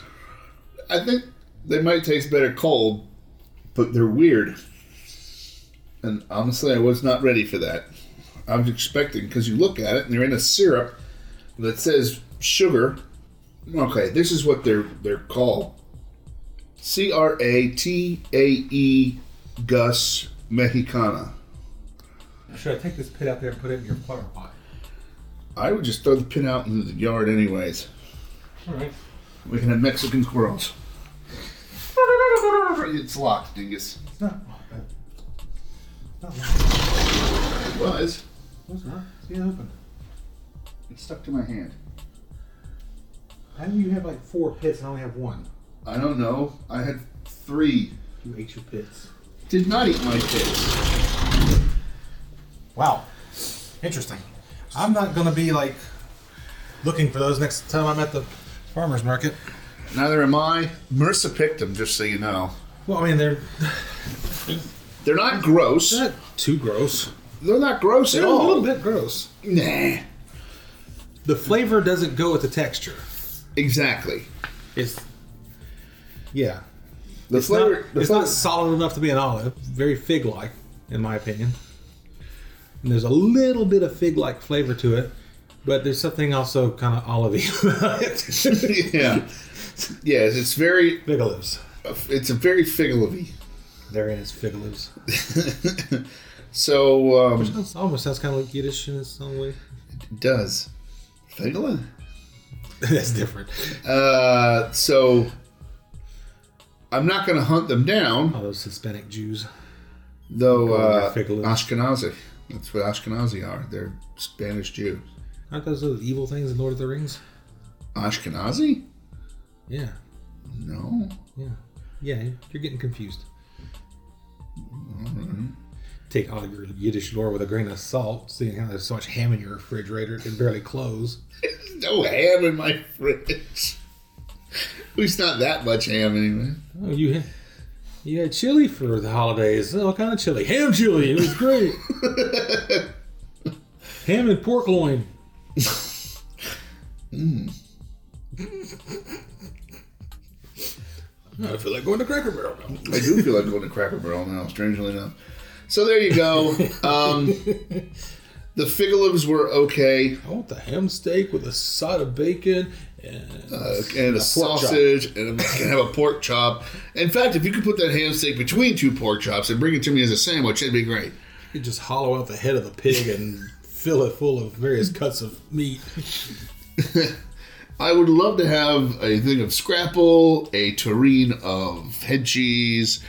I think they might taste better cold, but they're weird. And honestly, I was not ready for that. I was expecting because you look at it and they're in a syrup that says sugar. Okay, this is what they're they're called. C R A T A E Gus Mexicana. Should I take this pit out there and put it in your flower pot? I would just throw the pin out into the yard, anyways. All right. We can have Mexican squirrels. It's locked, dingus. It's not. It was. What's not? It's being open. It stuck to my hand. How do you have like four pits and I only have one? I don't know. I had three. You ate your pits. Did not eat my pits. Wow. Interesting. I'm not gonna be like looking for those next time I'm at the farmer's market. Neither am I. Marissa picked them, just so you know. Well, I mean they're They're not gross. not too gross. They're not gross at They're a little all. bit gross. Nah. The flavor doesn't go with the texture. Exactly. It's yeah. The It's, flavor. not, the it's flavor, not solid enough to be an olive. Very fig-like, in my opinion. And there's a little bit of fig-like flavor to it, but there's something also kind of olivey [LAUGHS] about [LAUGHS] it. yeah. Yes, it's very. fig olives. It's a very fig olive Therein is fig olives. So um, It almost sounds kind of like Yiddish in its own way. it does figula? [LAUGHS] That's different. Uh, so I'm not going to hunt them down, All those Hispanic Jews. though. Uh, Fig olives. Ashkenazi. That's what Ashkenazi are. They're Spanish Jews. Aren't those those evil things in Lord of the Rings? Ashkenazi? Yeah, No. yeah, yeah. You're getting confused. Mm-hmm. Take all your Yiddish lore with a grain of salt, seeing how there's so much ham in your refrigerator it can barely close. No ham in my [LAUGHS] fridge. At least not that much ham, anyway. Oh, you had, you had chili for the holidays. All kind of chili, ham chili. It was [LAUGHS] great. ham and pork loin. Mm. I feel like going to Cracker Barrel now. I do feel like going to Cracker Barrel now, strangely enough. So there you go. Um, the figulums were okay, I want the ham steak with a side of bacon and uh, and a, pork chop. sausage, and I'm gonna have a pork chop. In fact, if you could put that ham steak between two pork chops and bring it to me as a sandwich, that'd be great. you just hollow out the head of the pig and fill it full of various cuts of meat. I would love to have a thing of scrapple, a tureen of head cheese,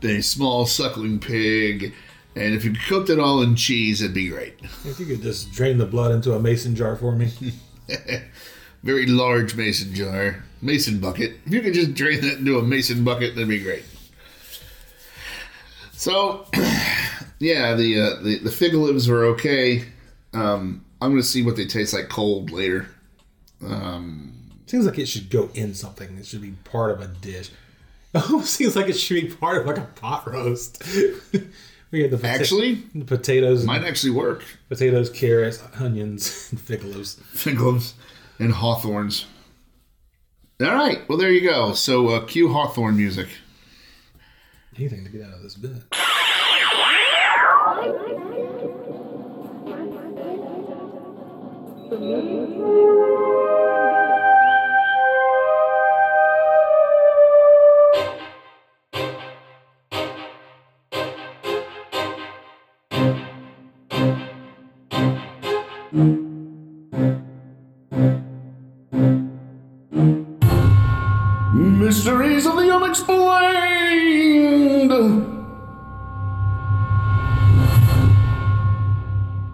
then a small suckling pig, and if you could cook that all in cheese, it'd be great. If you could just drain the blood into a mason jar for me. Very large mason jar, mason bucket. If you could just drain that into a mason bucket, that'd be great. So, [CLEARS THROAT] yeah, the uh, the the fig olives are okay. Um, I'm gonna see what they taste like cold later. Seems like it should go in something. It should be part of a dish. [LAUGHS] Oh, seems like it should be part of like a pot roast. [LAUGHS] we had the pota- Actually, the potatoes, and- might actually work. [LAUGHS] potatoes, carrots, onions, [LAUGHS] and figloves. Fig olives and hawthorns. All right, well there you go. So uh, cue hawthorn music. Anything to get out of this bit. Mr. mysteries of the unexplained.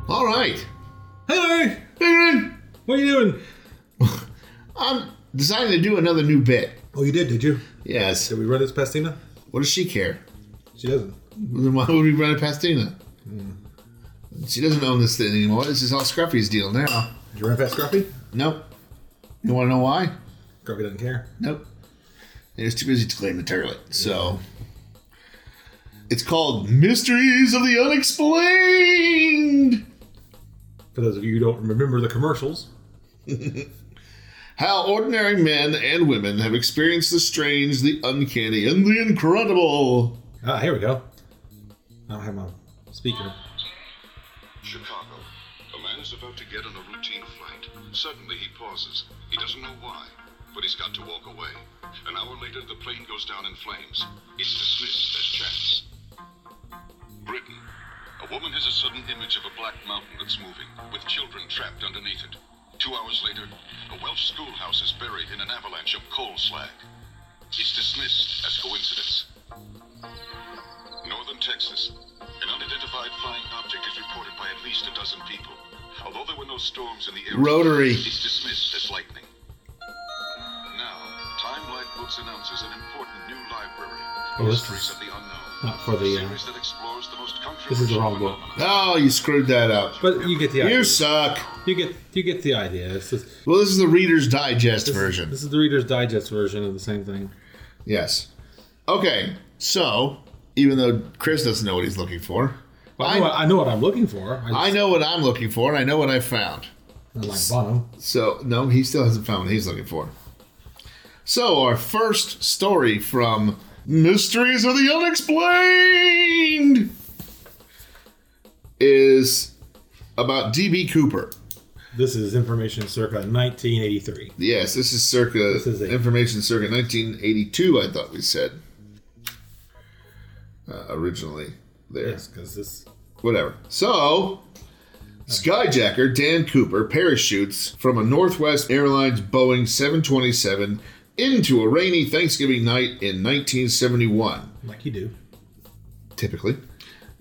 All right. Hey, Adrian, what are you doing? I'm deciding to do another new bit. Oh, you did, did you? Yes. Did we run this past Tina? What does she care? She doesn't. Then why would we run it past Tina? She doesn't own this thing anymore. This is all Scruffy's deal now. Did you run past Grumpy? Nope. You want to know why? Grumpy doesn't care. Nope. He was too busy to clean the toilet. So it's called Mysteries of the Unexplained. For those of you who don't remember the commercials, How ordinary men and women have experienced the strange, the uncanny, and the incredible. ah, here we go. I don't have my speaker. Chicago. A man is about to get on a routine flight. Suddenly he pauses. He doesn't know why, but he's got to walk away. An hour later, the plane goes down in flames. It's dismissed as chance. Britain. A woman has a sudden image of a black mountain that's moving, with children trapped underneath it. Two hours later, a Welsh schoolhouse is buried in an avalanche of coal slag. It's dismissed as coincidence. Northern Texas. An unidentified flying object is reported by at least a dozen people. Although there were no storms in the area, Rotary. it's dismissed as lightning. Now, Time Light Books announces an important new library, Oh, this Mysteries is of the Unknown. not for the, a uh, series that explores the most This is the wrong book. Oh, you screwed that up. But you get the idea. You suck. You get you get the idea. It's just, Well, this is the Reader's Digest this, version. This is the Reader's Digest version of the same thing. Yes. Okay, so even though Chris doesn't know what he's looking for, Well, I, know I- what, I know what I'm looking for. I, I just- know what I'm looking for and I know what I found. I like Bono. So, no, he still hasn't found what he's looking for. So, our first story from Mysteries of the Unexplained is about D.B. Cooper. This is information circa 1983. Yes, this is circa is it. information circa 1982, I thought we said uh, originally there. Yes, because this whatever. So, skyjacker Dan Cooper parachutes from a Northwest Airlines Boeing 727 into a rainy Thanksgiving night in 1971. like you do. Typically,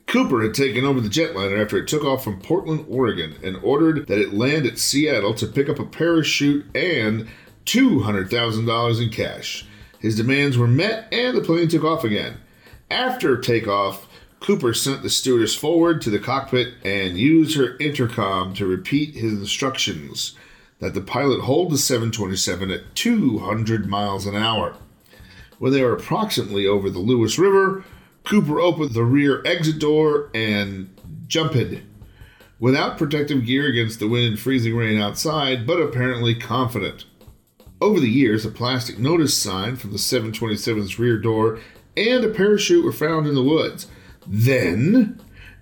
Cooper had taken over the jetliner after it took off from Portland, Oregon, and ordered that it land at Seattle to pick up a parachute and $200,000 in cash. His demands were met, and the plane took off again. After takeoff, Cooper sent the stewardess forward to the cockpit and used her intercom to repeat his instructions that the pilot hold the 727 at 200 miles an hour. When they were approximately over the Lewis River, Cooper opened the rear exit door and jumped. Without protective gear against the wind and freezing rain outside, but apparently confident. Over the years, a plastic notice sign from the 727's rear door and a parachute were found in the woods. Then,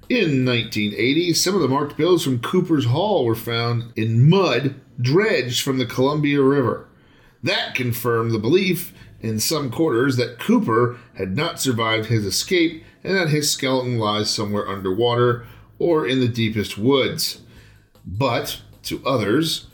in 1980, some of the marked bills from Cooper's Hall were found in mud dredged from the Columbia River. That confirmed the belief in some quarters that Cooper had not survived his escape and that his skeleton lies somewhere underwater or in the deepest woods. But to others,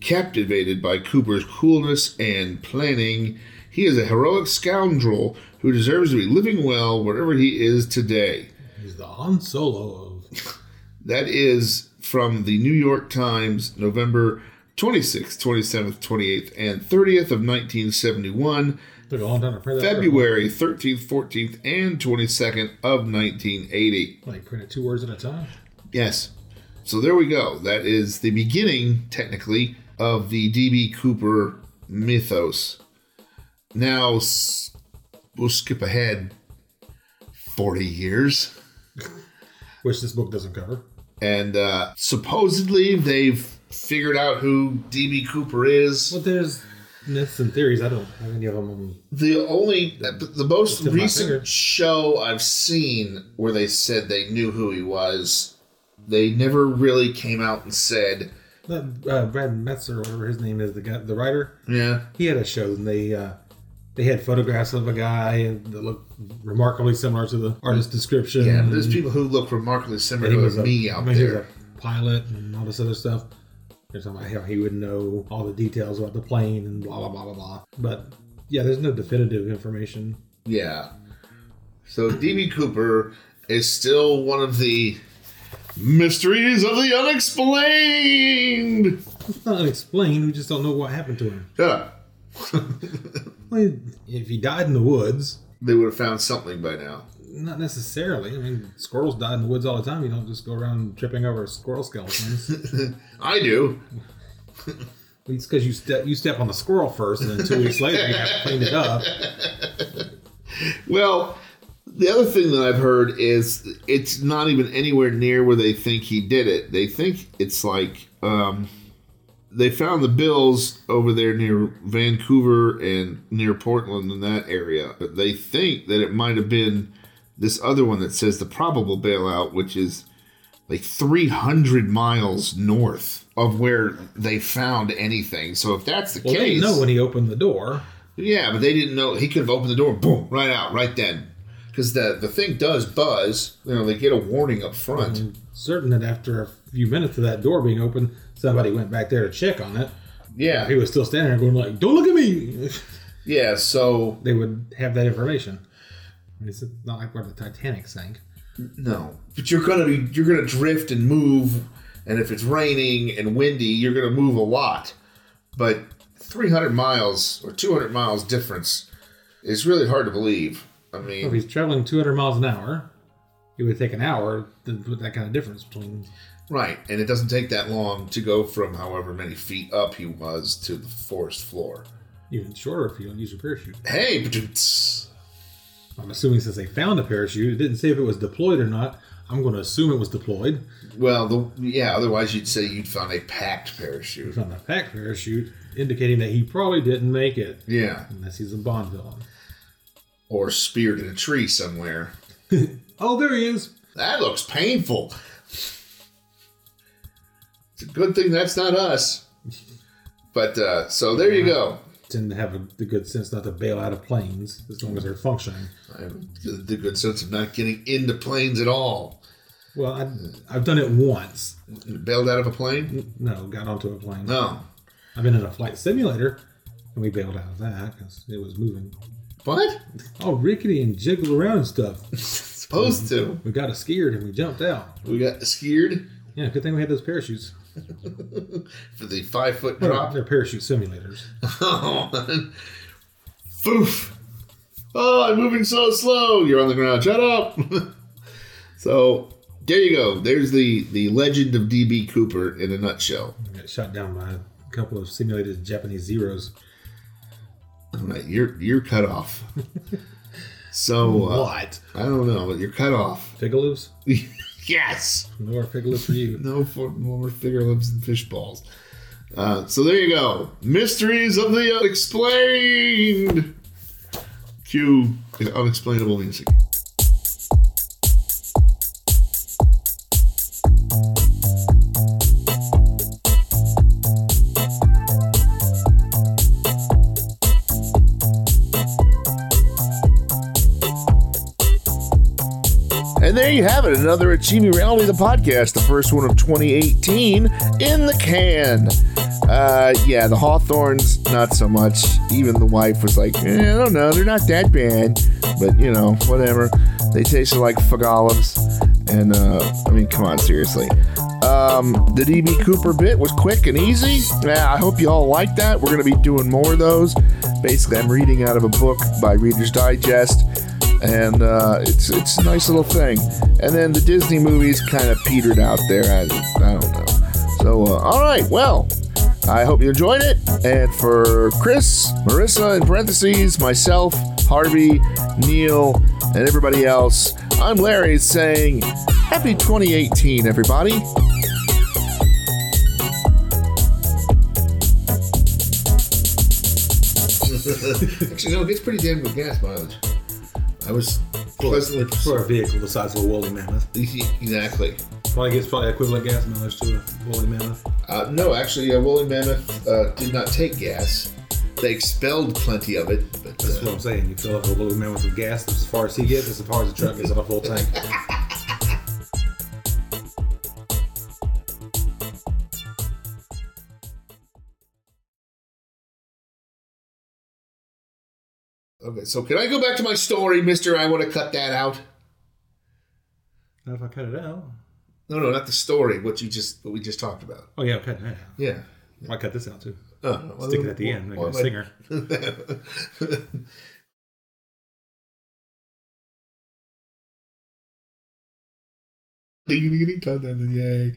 captivated by Cooper's coolness and planning, he is a heroic scoundrel who deserves to be living well wherever he is today. He's the Han Solo of That is from the New York Times, November 26th, 27th, 28th, and 30th of 1971. took a long time to print that. February 13th, 14th, and 22nd of 1980. Like printed two words at a time. Yes. So there we go. That is the beginning, technically, of the D.B. Cooper mythos. Now, s- we'll skip ahead 40 years. Which this book doesn't cover. And uh, supposedly they've figured out who D.B. Cooper is. But there's myths and theories. I don't have any of them. on- The only, uh, the most Tip of my finger. recent show I've seen where they said they knew who he was, they never really came out and said, That uh, Brad Metzer, or whatever his name is, the guy, the writer, yeah, he had a show and they uh, they had photographs of a guy that looked remarkably similar to the artist's description. yeah. But there's And- people who look remarkably similar But he was to a, me out I mean, He was there. a pilot and all this other stuff. They're talking about how he would know all the details about the plane and blah blah blah blah blah. But yeah, there's no definitive information. Yeah. So DB Cooper is still one of the mysteries of the unexplained. It's not unexplained. We just don't know what happened to him. Shut up. Well, if he died in the woods, They would have found something by now. not necessarily. I mean, squirrels die in the woods all the time. You don't just go around tripping over [LAUGHS] squirrel skeletons. I do. it's because you step you step on the squirrel first, and then two weeks later you have cleaned it up. Well, the other thing that I've heard is it's not even anywhere near where they think he did it. They think it's like um, they found the bills over there near Vancouver and near Portland in that area. But they think that it might have been this other one that says the probable bailout, which is like 300 miles north of where they found anything. So if that's the Well, they case, didn't know when he opened the door. yeah, but they didn't know he could have opened the door, boom, right out, right then, because the the thing does buzz. You know, they get a warning up front. Certain that after a few minutes of that door being open, somebody went back there to check on it. He Yeah, was still standing there going like, "Don't look at me." [LAUGHS] yeah. So They would have that information. I mean, It's not like where the Titanic sank. no, but you're gonna be you're gonna drift and move, and if it's raining and windy, you're gonna move a lot. But 300 miles or 200 miles difference is really hard to believe. I If mean, he's traveling 200 miles an hour, it would take an hour to put that kind of difference between. right, and it doesn't take that long to go from however many feet up he was to the forest floor. Even shorter if you don't use your parachute. Hey, I'm assuming since they found a parachute, it didn't say if it was deployed or not. I'm going to assume it was deployed. Well, the, yeah. Otherwise, you'd say you'd found a packed parachute. Found a packed parachute, indicating that he probably didn't make it, Yeah, unless he's a Bond villain. or speared in a tree somewhere. Oh, there he is. That looks painful. It's a good thing that's not us. But uh, so there you go. Tend to have a, the good sense not to bail out of planes as long as they're functioning. I have the the good sense of not getting into planes at all. Well, I, I've done it once. Bailed out of a plane? No, got onto a plane. No. I've been in a flight simulator, and we bailed out of that because it was moving What? all rickety and jiggled around and stuff. Supposed to. We got us scared and we jumped out. We got scared Yeah, good thing we had those parachutes. for the five foot They're, drop. they're parachute simulators. Oh, [LAUGHS] Foof. Oh, I'm moving so slow. You're on the ground. Shut up. [LAUGHS] so there you go. There's the the legend of DB Cooper in a nutshell. We got shot down by a couple of simulated Japanese zeros. All right, you're you're cut off. [LAUGHS] So uh, What? I don't know, but you're cut off. [LAUGHS] Figaloos? yes. No more Figaloos for you. No for, no more finger lips and fish balls. Uh, so there you go. Mysteries of the unexplained. Cue unexplainable music. And there you have it, another Achieving Reality, the podcast, the first one of 2018 in the can. Uh, yeah, the Hawthorns, not so much. Even the wife was like, eh, I don't know, they're not that bad. But, you know, whatever. They tasted like fig olives. And, uh, I mean, come on, seriously. Um, the DB Cooper bit was quick and easy. Yeah, I hope you all like that. We're going to be doing more of those. Basically, I'm reading out of a book by Reader's Digest and uh, it's it's a nice little thing. And then the Disney movies kind of petered out there. I, I don't know. So uh, all right, well, I hope you enjoyed it. And for Chris, Marissa, in parentheses, myself, Harvey, Neil, and everybody else, I'm Larry saying, Happy 2018, everybody. [LAUGHS] Actually, no, it gets pretty damn good gas mileage. I was pleasantly For a vehicle the size of a woolly mammoth. Exactly. Probably gets probably equivalent gas mileage to a woolly mammoth. Uh, no, actually, uh, Woolly Mammoth uh, did not take gas. They expelled plenty of it, but That's what uh, I'm saying. You fill up a woolly mammoth with gas that's as far as he gets, as far as the truck gets on a full tank. Okay, so can I go back to my story, Mister? I want to cut that out. Now if I cut it out. No, no, not the story. What you just, what we just talked about. Oh yeah, I'm cutting that out. Yeah. I cut this out too. Oh, well, Stick it at the end, like why a am I- singer. Ding, ding, ding, ding, ding, ding, ding, yay.